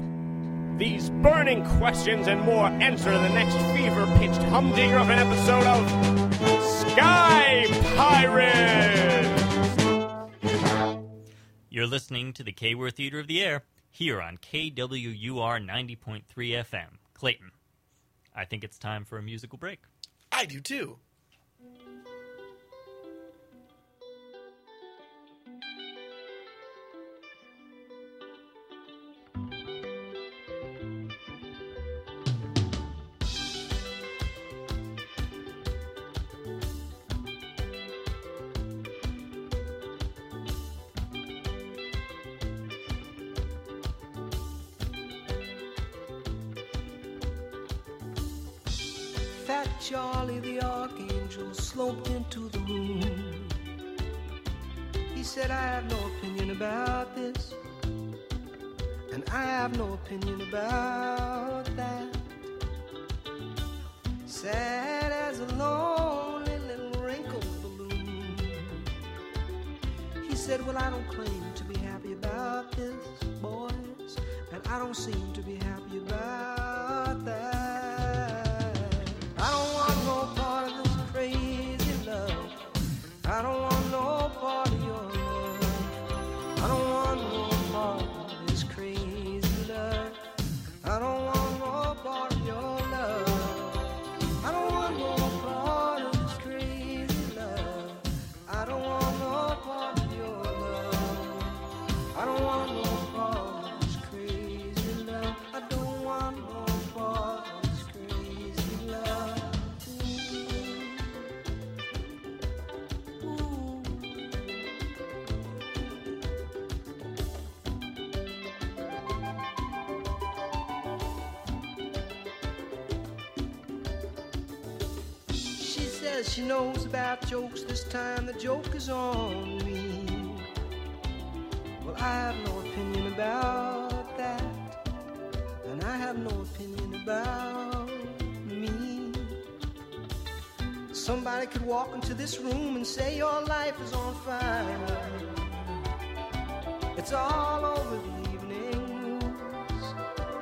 Speaker 14: These burning questions and more answer in the next fever pitched humdinger of an episode of Sky Pirates!
Speaker 2: You're listening to the KWR Theater of the Air here on KWUR 90.3 FM, Clayton. I think it's time for a musical break.
Speaker 1: I do too.
Speaker 23: Fat Charlie the Archangel sloped into the room. He said, I have no opinion about this, and I have no opinion about that. Sad as a lonely little wrinkled balloon. He said, Well, I don't claim to be happy about this, boys, and I don't seem to be happy about that. I don't want no part of this crazy love. I don't want no part of your love. I don't want no part of this crazy love. I don't want no part of your love. I don't want no part of this crazy love. I don't want no part of your love. I don't want no part of this crazy love. I don't want no part of this crazy love. She says she knows about jokes this time. The joke is on me. Well, I have no opinion about that. And I have no opinion about me. Somebody could walk into this room and say your life is on fire. It's all over the evening news.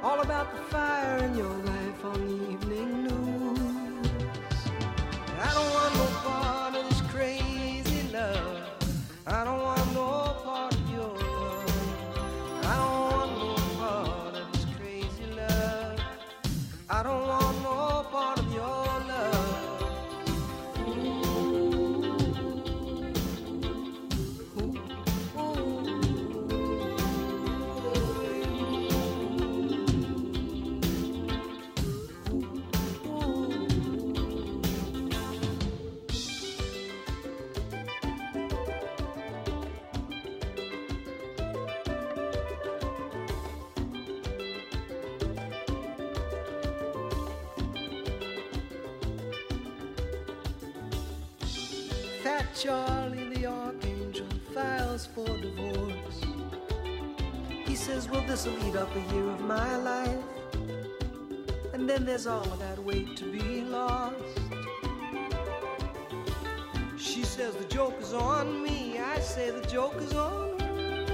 Speaker 23: All about the fire in your life on the evening news. I don't want no part of this crazy love. I don't want no part of your love. I don't want no part of this crazy love. I don't want no part of your love. Fat Charlie the Archangel files for divorce. He says, Well, this'll eat up a year of my life. And then there's all of that weight to be lost. She says, The joke is on me. I say, The joke is on me.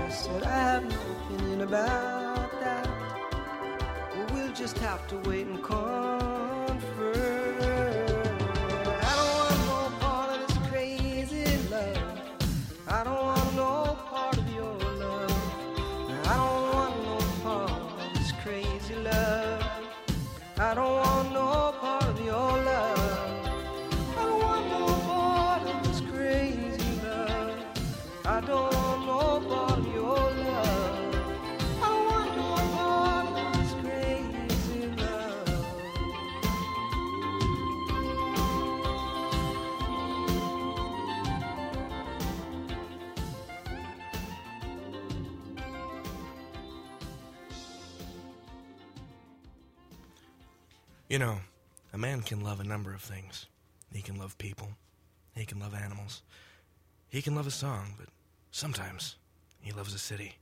Speaker 23: I said, I have no opinion about that. Well, we'll just have to wait and confer. I don't want no part of this crazy love. I don't want no part of your love. I don't want no part of this crazy love. I don't want no part of your love. I don't want no part of this crazy love. I don't want no part of your love. I don't want no part of this crazy love.
Speaker 1: You know, a man can love a number of things. He can love people. He can love animals. He can love a song, but sometimes he loves a city.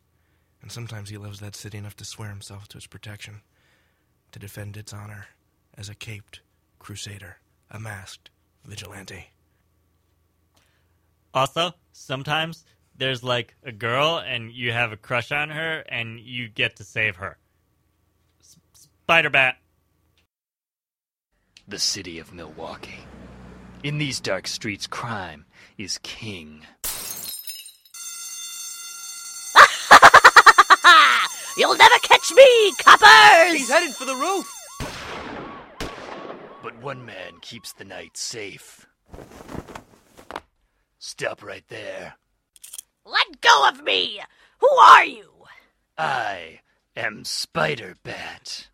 Speaker 1: And sometimes he loves that city enough to swear himself to its protection, to defend its honor as a caped crusader, a masked vigilante.
Speaker 2: Also, sometimes there's like a girl and you have a crush on her and you get to save her. S- Spider Bat.
Speaker 24: the city of Milwaukee. In these dark streets, crime is king.
Speaker 10: You'll never catch me, coppers!
Speaker 24: He's headed for the roof! But one man keeps the night safe. Stop right there.
Speaker 10: Let go of me! Who are you?
Speaker 24: I am Spider Bat.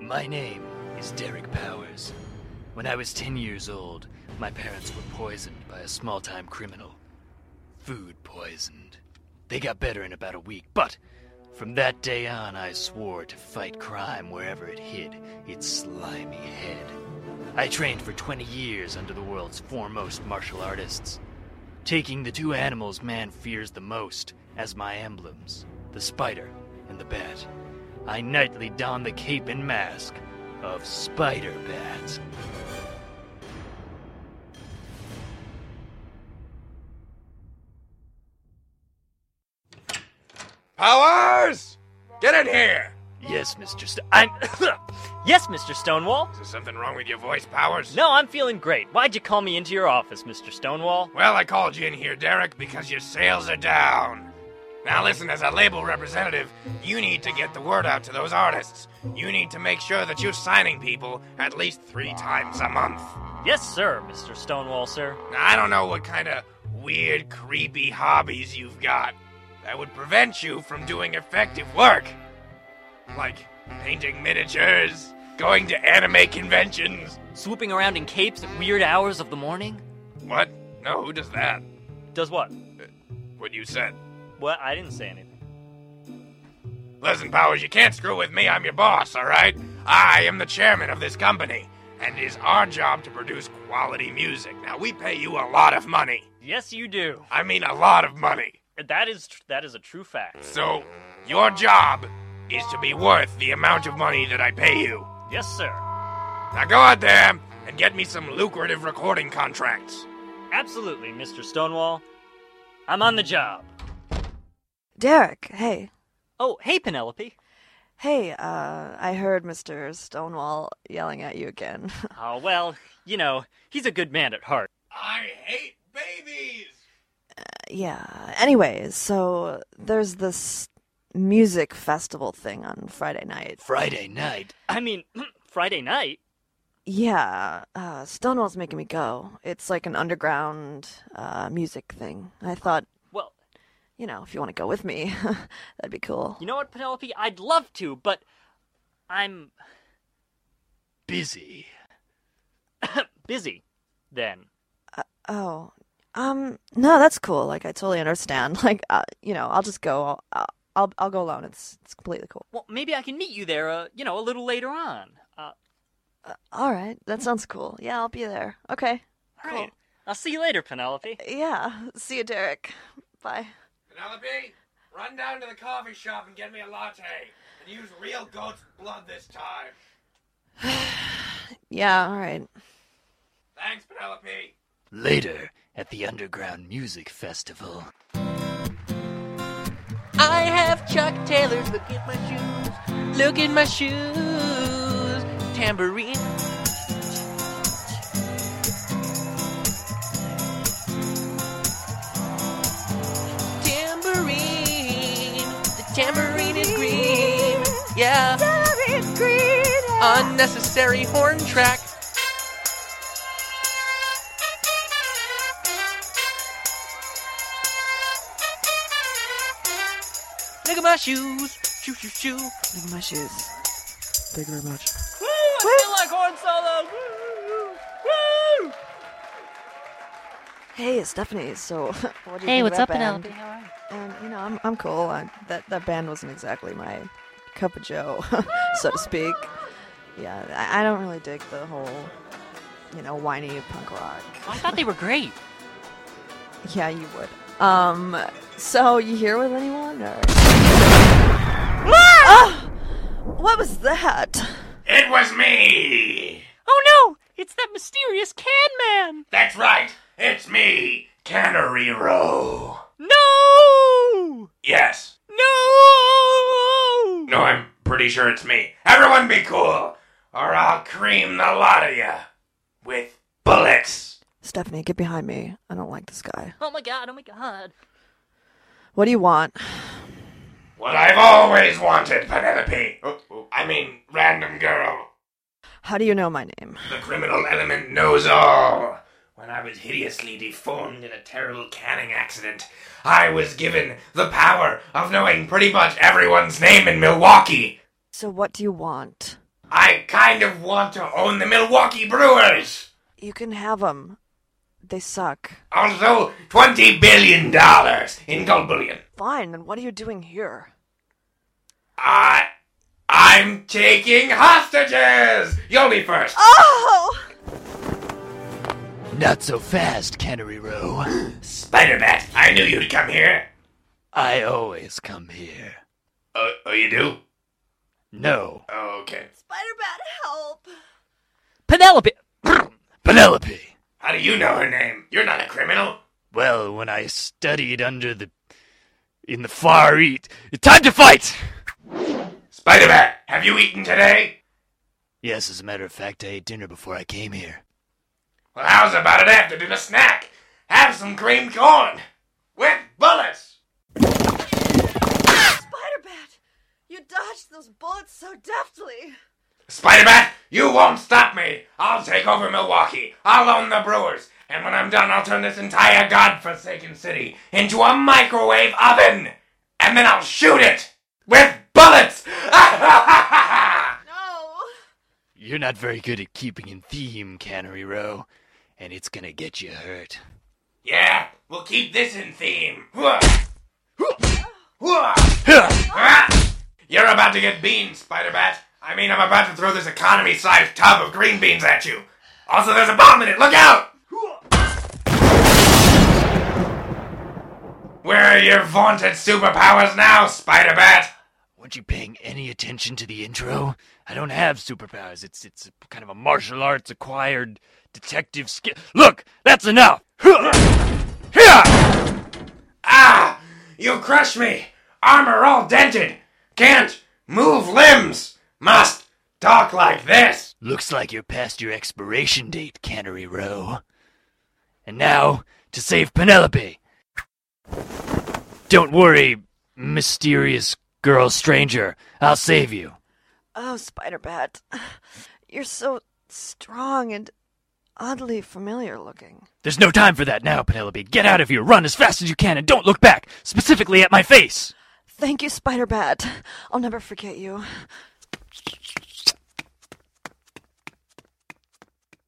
Speaker 24: My name is Derek Powers. When I was 10 years old, my parents were poisoned by a small time criminal. Food poisoned. They got better in about a week, but from that day on, I swore to fight crime wherever it hid its slimy head. I trained for 20 years under the world's foremost martial artists, taking the two animals man fears the most as my emblems the spider and the Bat, I nightly don the cape and mask of Spider Bat.
Speaker 12: Powers! Get in here!
Speaker 4: Yes, Mr. St- I'm. *coughs* yes, Mr. Stonewall.
Speaker 12: Is there something wrong with your voice, Powers?
Speaker 4: No, I'm feeling great. Why'd you call me into your office, Mr. Stonewall?
Speaker 12: Well, I called you in here, Derek, because your sales are down. Now, listen, as a label representative, you need to get the word out to those artists. You need to make sure that you're signing people at least three times a month.
Speaker 4: Yes, sir, Mr. Stonewall, sir.
Speaker 12: Now, I don't know what kind of weird, creepy hobbies you've got that would prevent you from doing effective work. Like painting miniatures, going to anime conventions.
Speaker 4: Swooping around in capes at weird hours of the morning?
Speaker 12: What? No, who does that?
Speaker 4: Does what?
Speaker 12: What you said.
Speaker 4: Well, I didn't say anything.
Speaker 12: Listen, Powers, you can't screw with me. I'm your boss, all right? I am the chairman of this company, and it is our job to produce quality music. Now, we pay you a lot of money.
Speaker 4: Yes, you do.
Speaker 12: I mean, a lot of money.
Speaker 4: That is tr- that is a true fact.
Speaker 12: So, your job is to be worth the amount of money that I pay you.
Speaker 4: Yes, sir.
Speaker 12: Now go out there and get me some lucrative recording contracts.
Speaker 4: Absolutely, Mr. Stonewall. I'm on the job.
Speaker 6: Derek, hey.
Speaker 4: Oh, hey, Penelope.
Speaker 6: Hey, uh, I heard Mr. Stonewall yelling at you again. *laughs*
Speaker 4: Oh, well, you know, he's a good man at heart.
Speaker 12: I hate babies!
Speaker 6: yeah. Anyways, so there's this music festival thing on Friday night.
Speaker 24: Friday night?
Speaker 4: I mean, *clears throat* Friday night?
Speaker 6: Yeah, uh, Stonewall's making me go. It's like an underground uh, music thing. I thought,
Speaker 4: well,
Speaker 6: you know, if you want to go with me, *laughs* that'd be cool.
Speaker 4: You know what, Penelope? I'd love to, but I'm
Speaker 24: busy.
Speaker 4: *coughs* busy, then.
Speaker 6: Uh, oh, um, no, that's cool. Like, I totally understand. *laughs* Like, uh, you know, I'll just go. I'll, I'll I'll go alone. It's it's completely cool.
Speaker 4: Well, maybe I can meet you there. Uh, you know, a little later on. Uh,
Speaker 6: uh, all right, that sounds cool. Yeah, I'll be there. Okay.
Speaker 4: All cool. right. I'll see you later, Penelope.
Speaker 6: Yeah. *laughs* See you, Derek. Bye.
Speaker 12: Penelope, run down to the coffee shop and get me a latte. And use real goat's blood this time.
Speaker 6: yeah. All right.
Speaker 12: Thanks, Penelope.
Speaker 24: Later at the Underground Music Festival.
Speaker 10: I have Chuck Taylors. Look at my shoes. Look at my shoes. Tambourine. Tambourine. The tambourine is green. Yeah.
Speaker 8: Tambourine green.
Speaker 10: Unnecessary horn track. Look at my shoes. Shoo, shoo, shoo.
Speaker 6: Look at my shoes. Thank you very much.
Speaker 10: Woo! I feel like horn solo. Woo! Woo!
Speaker 6: Hey, Stephanie. So, *laughs* what do you
Speaker 7: Hey,
Speaker 6: think
Speaker 7: what's
Speaker 6: of
Speaker 7: up,
Speaker 6: that band?
Speaker 7: Penelope? How are you?
Speaker 6: And you know, I'm I'm cool. I, that that band wasn't exactly my cup of Joe, *laughs* so to speak. Yeah, I, I don't really dig the whole, you know, whiny punk rock.
Speaker 4: I thought they were great.
Speaker 6: *laughs* Yeah, you would. Um, so you here with anyone? Or... Ah! What was that?
Speaker 12: It was me!
Speaker 4: Oh no! It's that mysterious can man.
Speaker 12: That's right! It's me, Cannery Row!
Speaker 4: No!
Speaker 12: Yes.
Speaker 4: No!
Speaker 12: No, I'm pretty sure it's me. Everyone be cool, or I'll cream the lot of ya with bullets.
Speaker 6: Stephanie, get behind me. I don't like this guy.
Speaker 7: Oh my god, oh my god.
Speaker 6: What do you want?
Speaker 12: What I've always wanted, Penelope. I mean, random girl.
Speaker 6: How do you know my name?
Speaker 12: The criminal element knows all. When I was hideously deformed in a terrible canning accident, I was given the power of knowing pretty much everyone's name in Milwaukee.
Speaker 6: So what do you want?
Speaker 12: I kind of want to own the Milwaukee Brewers.
Speaker 6: You can have them. They suck.
Speaker 12: Also, twenty billion dollars in gold bullion.
Speaker 6: Fine, then what are you doing here?
Speaker 12: I, I'm taking hostages. You'll be first.
Speaker 6: Oh!
Speaker 24: Not so fast, Cannery
Speaker 12: *gasps*
Speaker 24: Row.
Speaker 12: Spider Bat, I knew you'd come here.
Speaker 24: I always come here.
Speaker 12: Oh, oh, you do?
Speaker 24: No.
Speaker 12: Oh, okay.
Speaker 8: Spider-Bat, help!
Speaker 24: Penelope! *laughs* Penelope!
Speaker 12: How do you know her name? You're not a criminal.
Speaker 24: Well, when I studied under the. in the Far East. It's time to fight!
Speaker 12: Spider Man, have you eaten today?
Speaker 24: Yes, as a matter of fact, I ate dinner before I came here.
Speaker 12: Well, how's about eh? an after dinner snack? Have some creamed corn with bullets.
Speaker 8: Spider-Bat, you dodged those bullets so deftly.
Speaker 12: Spider Man, you won't stop me. I'll take over Milwaukee. I'll own the Brewers. And when I'm done, I'll turn this entire godforsaken city into a microwave oven. And then I'll shoot it with bullets. *laughs*
Speaker 24: You're not very good at keeping in theme, Cannery Row, and it's gonna get you hurt.
Speaker 12: yeah, we'll keep this in theme. Ah! You're about to get beans, Spider Bat. I mean, I'm about to throw this economy sized tub of green beans at you. Also, there's a bomb in it. Look out! Where are your vaunted superpowers now, Spider Bat?
Speaker 24: Weren't you paying any attention to the intro? I don't have superpowers. It's it's kind of a martial arts acquired detective skill. Look, that's enough. *laughs*
Speaker 12: Ah! You crush me! Armor all dented! Can't move limbs! Must talk like this!
Speaker 24: Looks like you're past your expiration date, Cannery Row. And now, to save Penelope. Don't worry, mysterious girl stranger. I'll save you.
Speaker 6: Oh, Spider Bat, *sighs* you're so strong and oddly familiar looking.
Speaker 24: There's no time for that now, Penelope. Get out of here. Run as fast as you can and don't look back, specifically at my face.
Speaker 6: Thank you, Spider Bat. I'll never forget you.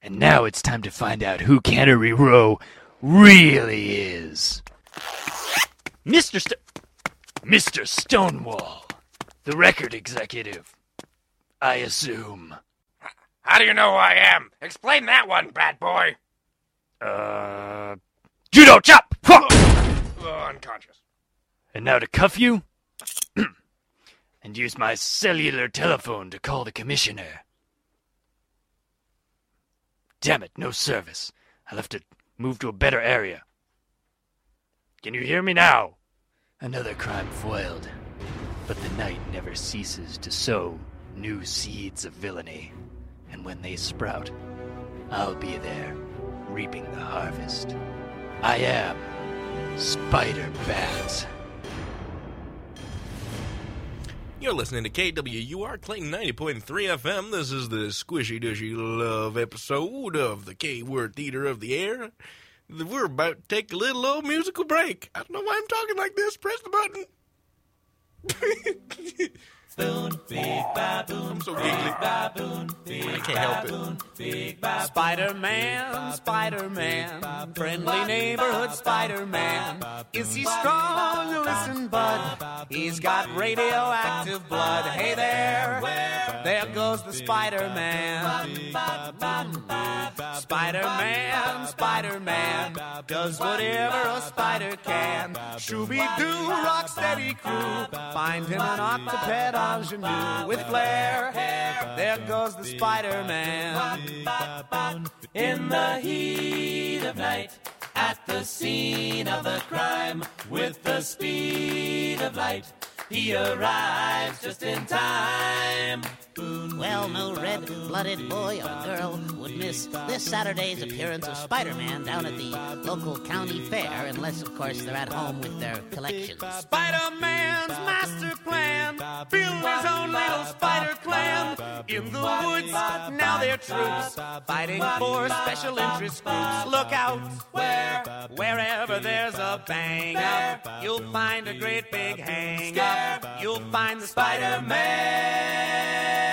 Speaker 24: And now it's time to find out who Cannery Row really is. Mr. St- Mr. Stonewall, the record executive. I assume.
Speaker 12: How do you know who I am? Explain that one, Bat Boy!
Speaker 24: Uh. Judo chop!
Speaker 12: Oh, unconscious.
Speaker 24: And now to cuff you *clears throat* and use my cellular telephone to call the commissioner. Damn it, no service. I'll have to move to a better area. Can you hear me now? Another crime foiled. But the night never ceases to sow new seeds of villainy. And when they sprout, I'll be there, reaping the harvest. I am Spider Bat.
Speaker 1: You're listening to KWUR Clayton 90.3 FM. This is the squishy dishy love episode of the K Word Theater of the Air. We're about to take a little old musical break. I don't know why I'm talking like this. Press the button. *laughs*
Speaker 3: I'm so giggly. I can't help it. Spider Man, Spider Man, friendly neighborhood Spider Man. Is he strong? Listen, bud. He's got radioactive blood. Hey there, there goes the Spider Man. Spider Man, Spider Man, does whatever a spider can. Shooby doo, rock steady crew. Find him an octoped ingenue with flair. There goes the Spider Man. In the heat of night, at the scene of the crime, with the speed of light, he arrives just in time.
Speaker 11: Well, no red blooded boy or girl would miss this Saturday's appearance of Spider Man down at the local county fair, unless, of course, they're at home with their collections.
Speaker 3: Spider Man's master plan, build his own little spider clan. In the woods, now they're troops, fighting for special interest groups. Look out, where, wherever there's a bang up, you'll find a great big hang up. You'll find the Spider Man.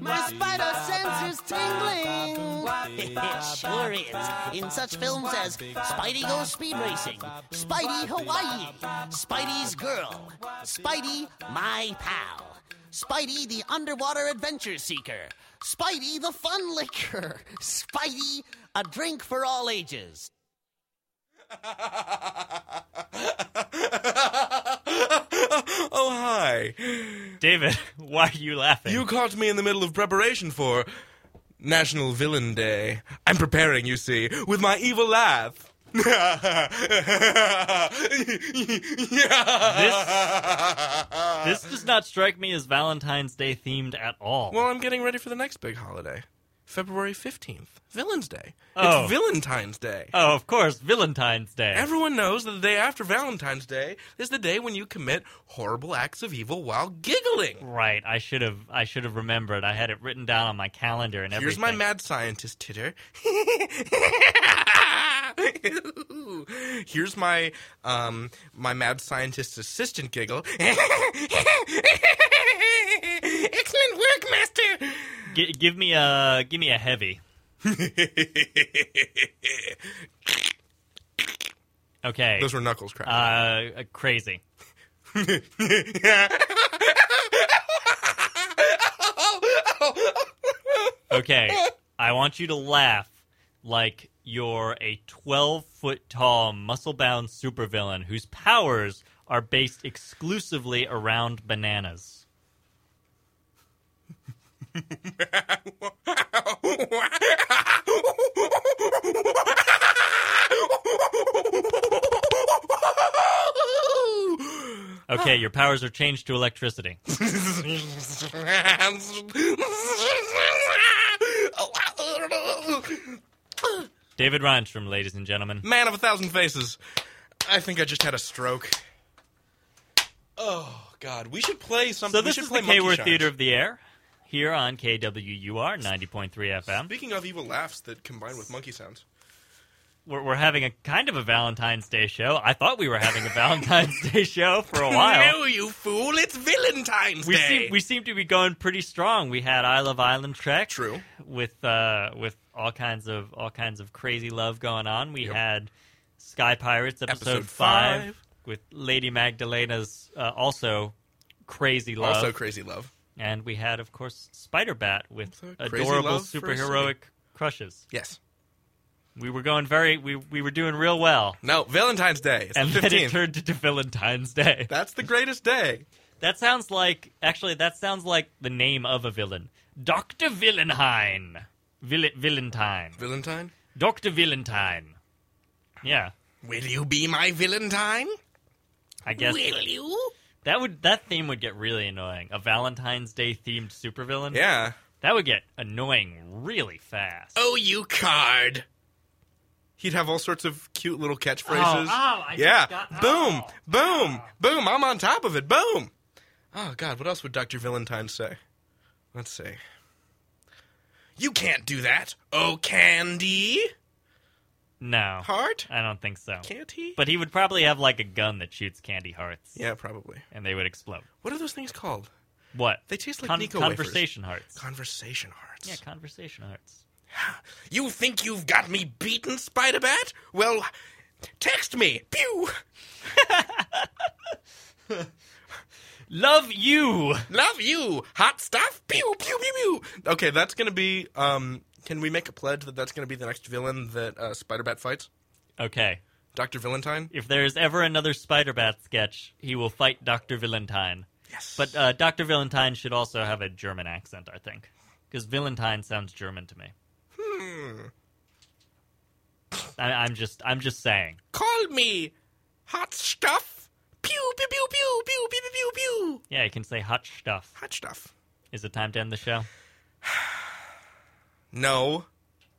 Speaker 11: My spider sense is tingling. it sure is. In such films as Spidey Goes Speed Racing, Spidey Hawaii, Spidey's Girl, Spidey My Pal, Spidey the Underwater Adventure Seeker, Spidey *laughs* the Fun Licker, Spidey A Drink for All Ages.
Speaker 1: oh, hi.
Speaker 2: David, *laughs* why are you laughing?
Speaker 1: You caught me in the middle of preparation for National Villain Day. I'm preparing, you see, with my evil laugh. *laughs*
Speaker 2: This does not strike me as Valentine's Day themed at all.
Speaker 1: Well, I'm getting ready for the next big holiday. February 15th, Villain's Day.
Speaker 2: Oh.
Speaker 1: It's Valentine's Day.
Speaker 2: Oh, of course, Valentine's Day.
Speaker 1: Everyone knows that the day after Valentine's Day is the day when you commit horrible acts of evil while giggling.
Speaker 2: Right, I should have I should have remembered. I had it written down on my calendar and
Speaker 1: Here's
Speaker 2: everything.
Speaker 1: my mad scientist titter. *laughs* Here's my um my mad scientist assistant giggle. *laughs* Excellent work, master.
Speaker 2: G- give me a give me a heavy. okay.
Speaker 1: Those were knuckles cracking.
Speaker 2: Uh, uh, crazy.
Speaker 1: *laughs*
Speaker 2: Okay. I want you to laugh like you're a 12 foot tall, muscle bound supervillain whose powers are based exclusively around bananas. Okay, your powers are changed to electricity. David Reinstrom, ladies and gentlemen.
Speaker 1: Man of a thousand faces. I think I just had a stroke. Oh God, we should play something.
Speaker 2: So this
Speaker 1: we should
Speaker 2: is
Speaker 1: play
Speaker 2: the
Speaker 1: Monkey
Speaker 2: Kward
Speaker 1: Shines.
Speaker 2: Theater of the Air here on KWUR 90.3 FM.
Speaker 1: Speaking of evil laughs that combine with monkey sounds.
Speaker 2: We're, we're having a kind of a Valentine's Day show. I thought we were having
Speaker 1: *laughs*
Speaker 2: a Valentine's Day show for a while.
Speaker 1: No, you fool! It's Valentine's
Speaker 2: We
Speaker 1: Day.
Speaker 2: seem, we seem to be going pretty strong. We had I Love Island Trek.
Speaker 1: True.
Speaker 2: With uh, with all kinds of all kinds of crazy love going on. We had Sky Pirates episode,
Speaker 1: Episode
Speaker 2: five,
Speaker 1: five.
Speaker 2: with Lady Magdalena's uh, also crazy love.
Speaker 1: Also crazy love.
Speaker 2: And we had, of course, Spider Bat with
Speaker 1: Crazy
Speaker 2: adorable
Speaker 1: love for
Speaker 2: superheroic
Speaker 1: Sydney.
Speaker 2: crushes.
Speaker 1: Yes.
Speaker 2: We were going very we we were doing real well.
Speaker 1: No, Valentine's Day. It's
Speaker 2: and
Speaker 1: the
Speaker 2: then it
Speaker 1: 15th.
Speaker 2: turned into Valentine's Day.
Speaker 1: That's the greatest day.
Speaker 2: That sounds like actually that sounds like the name of a villain. Dr. Villenheim. Vill- Villentine.
Speaker 1: Villentine?
Speaker 2: Dr. Villentine. Yeah.
Speaker 1: Will you be my Valentine?
Speaker 2: I guess
Speaker 1: Will you?
Speaker 2: That would that theme would get really annoying. A Valentine's Day themed supervillain.
Speaker 1: Yeah.
Speaker 2: That would get annoying really fast.
Speaker 1: Oh, you card. He'd have all sorts of cute little catchphrases.
Speaker 2: Oh, oh, I just
Speaker 1: yeah.
Speaker 2: got-
Speaker 1: boom, boom, boom. I'm on top of it. Boom. Oh, God. What else would Dr. Valentine say? Let's see. You can't do that. *laughs* Oh, Candy.
Speaker 2: No.
Speaker 1: Heart?
Speaker 2: I don't think so.
Speaker 1: Can't he?
Speaker 2: But he would probably have like a gun that shoots candy hearts.
Speaker 1: Yeah, probably.
Speaker 2: And they would explode.
Speaker 1: What are those things called?
Speaker 2: What?
Speaker 1: They taste like
Speaker 2: Con-
Speaker 1: Nico wafers.
Speaker 2: conversation hearts.
Speaker 1: Conversation hearts.
Speaker 2: Yeah, conversation hearts.
Speaker 1: *sighs* You think you've got me beaten, Spider Bat? Well, text me. Pew.
Speaker 2: *laughs* Love you.
Speaker 1: Love you. Hot stuff. Pew pew pew pew. Okay, that's gonna be. Um, can we make a pledge that that's gonna be the next villain that uh, Spider Bat fights?
Speaker 2: Okay.
Speaker 1: Doctor Valentine.
Speaker 2: If there is ever another Spider Bat sketch, he will fight Dr. Valentine.
Speaker 1: Yes.
Speaker 2: But uh, Dr. Valentine should also have a German accent, I think. Because Valentine sounds German to me.
Speaker 1: Hmm.
Speaker 2: I, I'm just, I'm just saying.
Speaker 1: Call me. Hot stuff. Pew pew pew pew pew pew pew pew. pew.
Speaker 2: Yeah, you can say hot stuff.
Speaker 1: Hot stuff.
Speaker 2: Is it time to end the show?
Speaker 1: *sighs* No,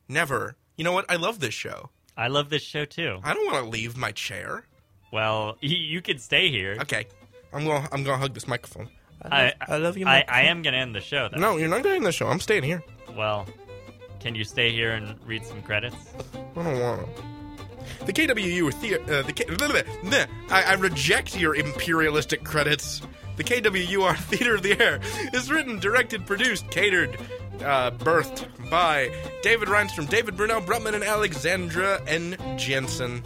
Speaker 1: never. You know what? I love this show.
Speaker 2: I love this show too.
Speaker 1: I don't want to leave my chair.
Speaker 2: Well, *laughs* y- you can stay here.
Speaker 1: Okay, I'm gonna I'm gonna hug this microphone.
Speaker 2: I,
Speaker 1: I love you.
Speaker 2: I, I
Speaker 1: microphone.
Speaker 2: am going to end the show, though.
Speaker 1: No, you're not getting the show. I'm staying here.
Speaker 2: Well, can you stay here and read some credits?
Speaker 1: I don't want to. The KWU theater. Uh, the K- *laughs* blah, blah, blah, blah. I, I reject your imperialistic credits. The KWUR Theater of the Air is written, directed, produced, catered, uh, birthed by David Reinstrom, David Brunel Brutman, and Alexandra N. Jensen.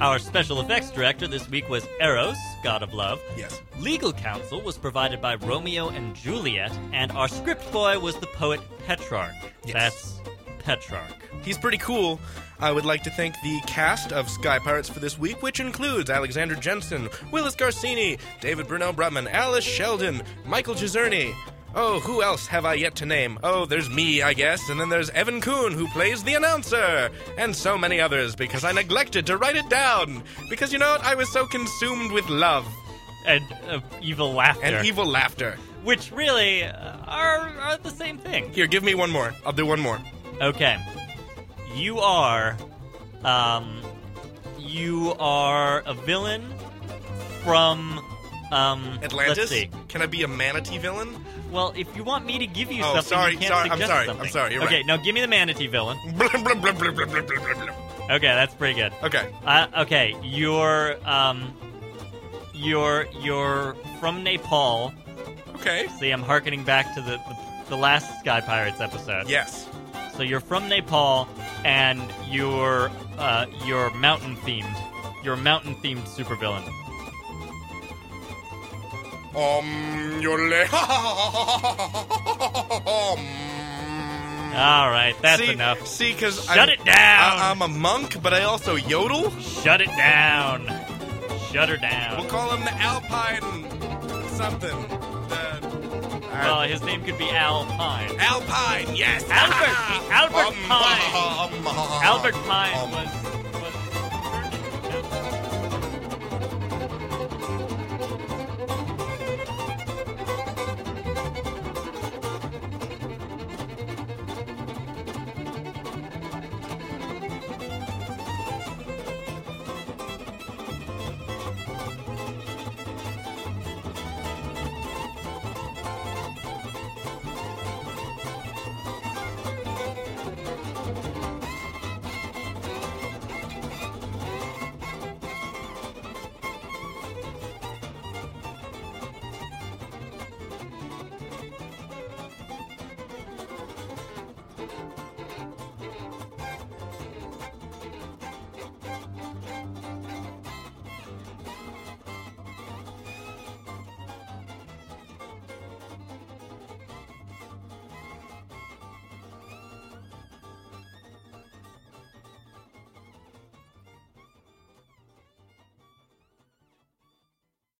Speaker 2: Our special effects director this week was Eros, God of Love.
Speaker 1: Yes.
Speaker 2: Legal counsel was provided by Romeo and Juliet, and our script boy was the poet Petrarch. That's Petrarch.
Speaker 1: He's pretty cool. I would like to thank the cast of Sky Pirates for this week, which includes Alexander Jensen, Willis Garcini, David Bruno Brutman, Alice Sheldon, Michael Giserni. Oh, who else have I yet to name? Oh, there's me, I guess, and then there's Evan Kuhn, who plays the announcer, and so many others, because I neglected to write it down. Because you know what? I was so consumed with love.
Speaker 2: And uh, evil laughter.
Speaker 1: And evil laughter.
Speaker 2: Which really uh, are, are the same thing.
Speaker 1: Here, give me one more. I'll do one more.
Speaker 2: Okay. You are. Um, you are a villain from. Um,
Speaker 1: Atlantis?
Speaker 2: Let's see.
Speaker 1: Can I be a manatee villain?
Speaker 2: Well, if you want me to give you
Speaker 1: Oh,
Speaker 2: something,
Speaker 1: sorry,
Speaker 2: you can't
Speaker 1: sorry, I'm
Speaker 2: suggest
Speaker 1: sorry, I'm
Speaker 2: something.
Speaker 1: sorry, you're
Speaker 2: okay,
Speaker 1: right.
Speaker 2: now give me the manatee villain. Okay, that's pretty good.
Speaker 1: Okay.
Speaker 2: Uh, okay, you're um, you're you're from Nepal.
Speaker 1: Okay.
Speaker 2: See, I'm harkening back to the the, the last Sky Pirates episode.
Speaker 1: Yes.
Speaker 2: So you're from Nepal, and you're uh, you're mountain themed. You're a mountain themed supervillain.
Speaker 1: Um, your le- *laughs*
Speaker 2: All right, that's
Speaker 1: see,
Speaker 2: enough.
Speaker 1: See, because
Speaker 2: Shut it down.
Speaker 1: I, am a monk, but I also yodel.
Speaker 2: Shut it down. Shut her down.
Speaker 1: We'll call him the Alpine something. The,
Speaker 2: Well, Uh, his name could be Al Pine.
Speaker 1: Alpine, yes.
Speaker 2: Albert. Albert Pine. Albert Pine was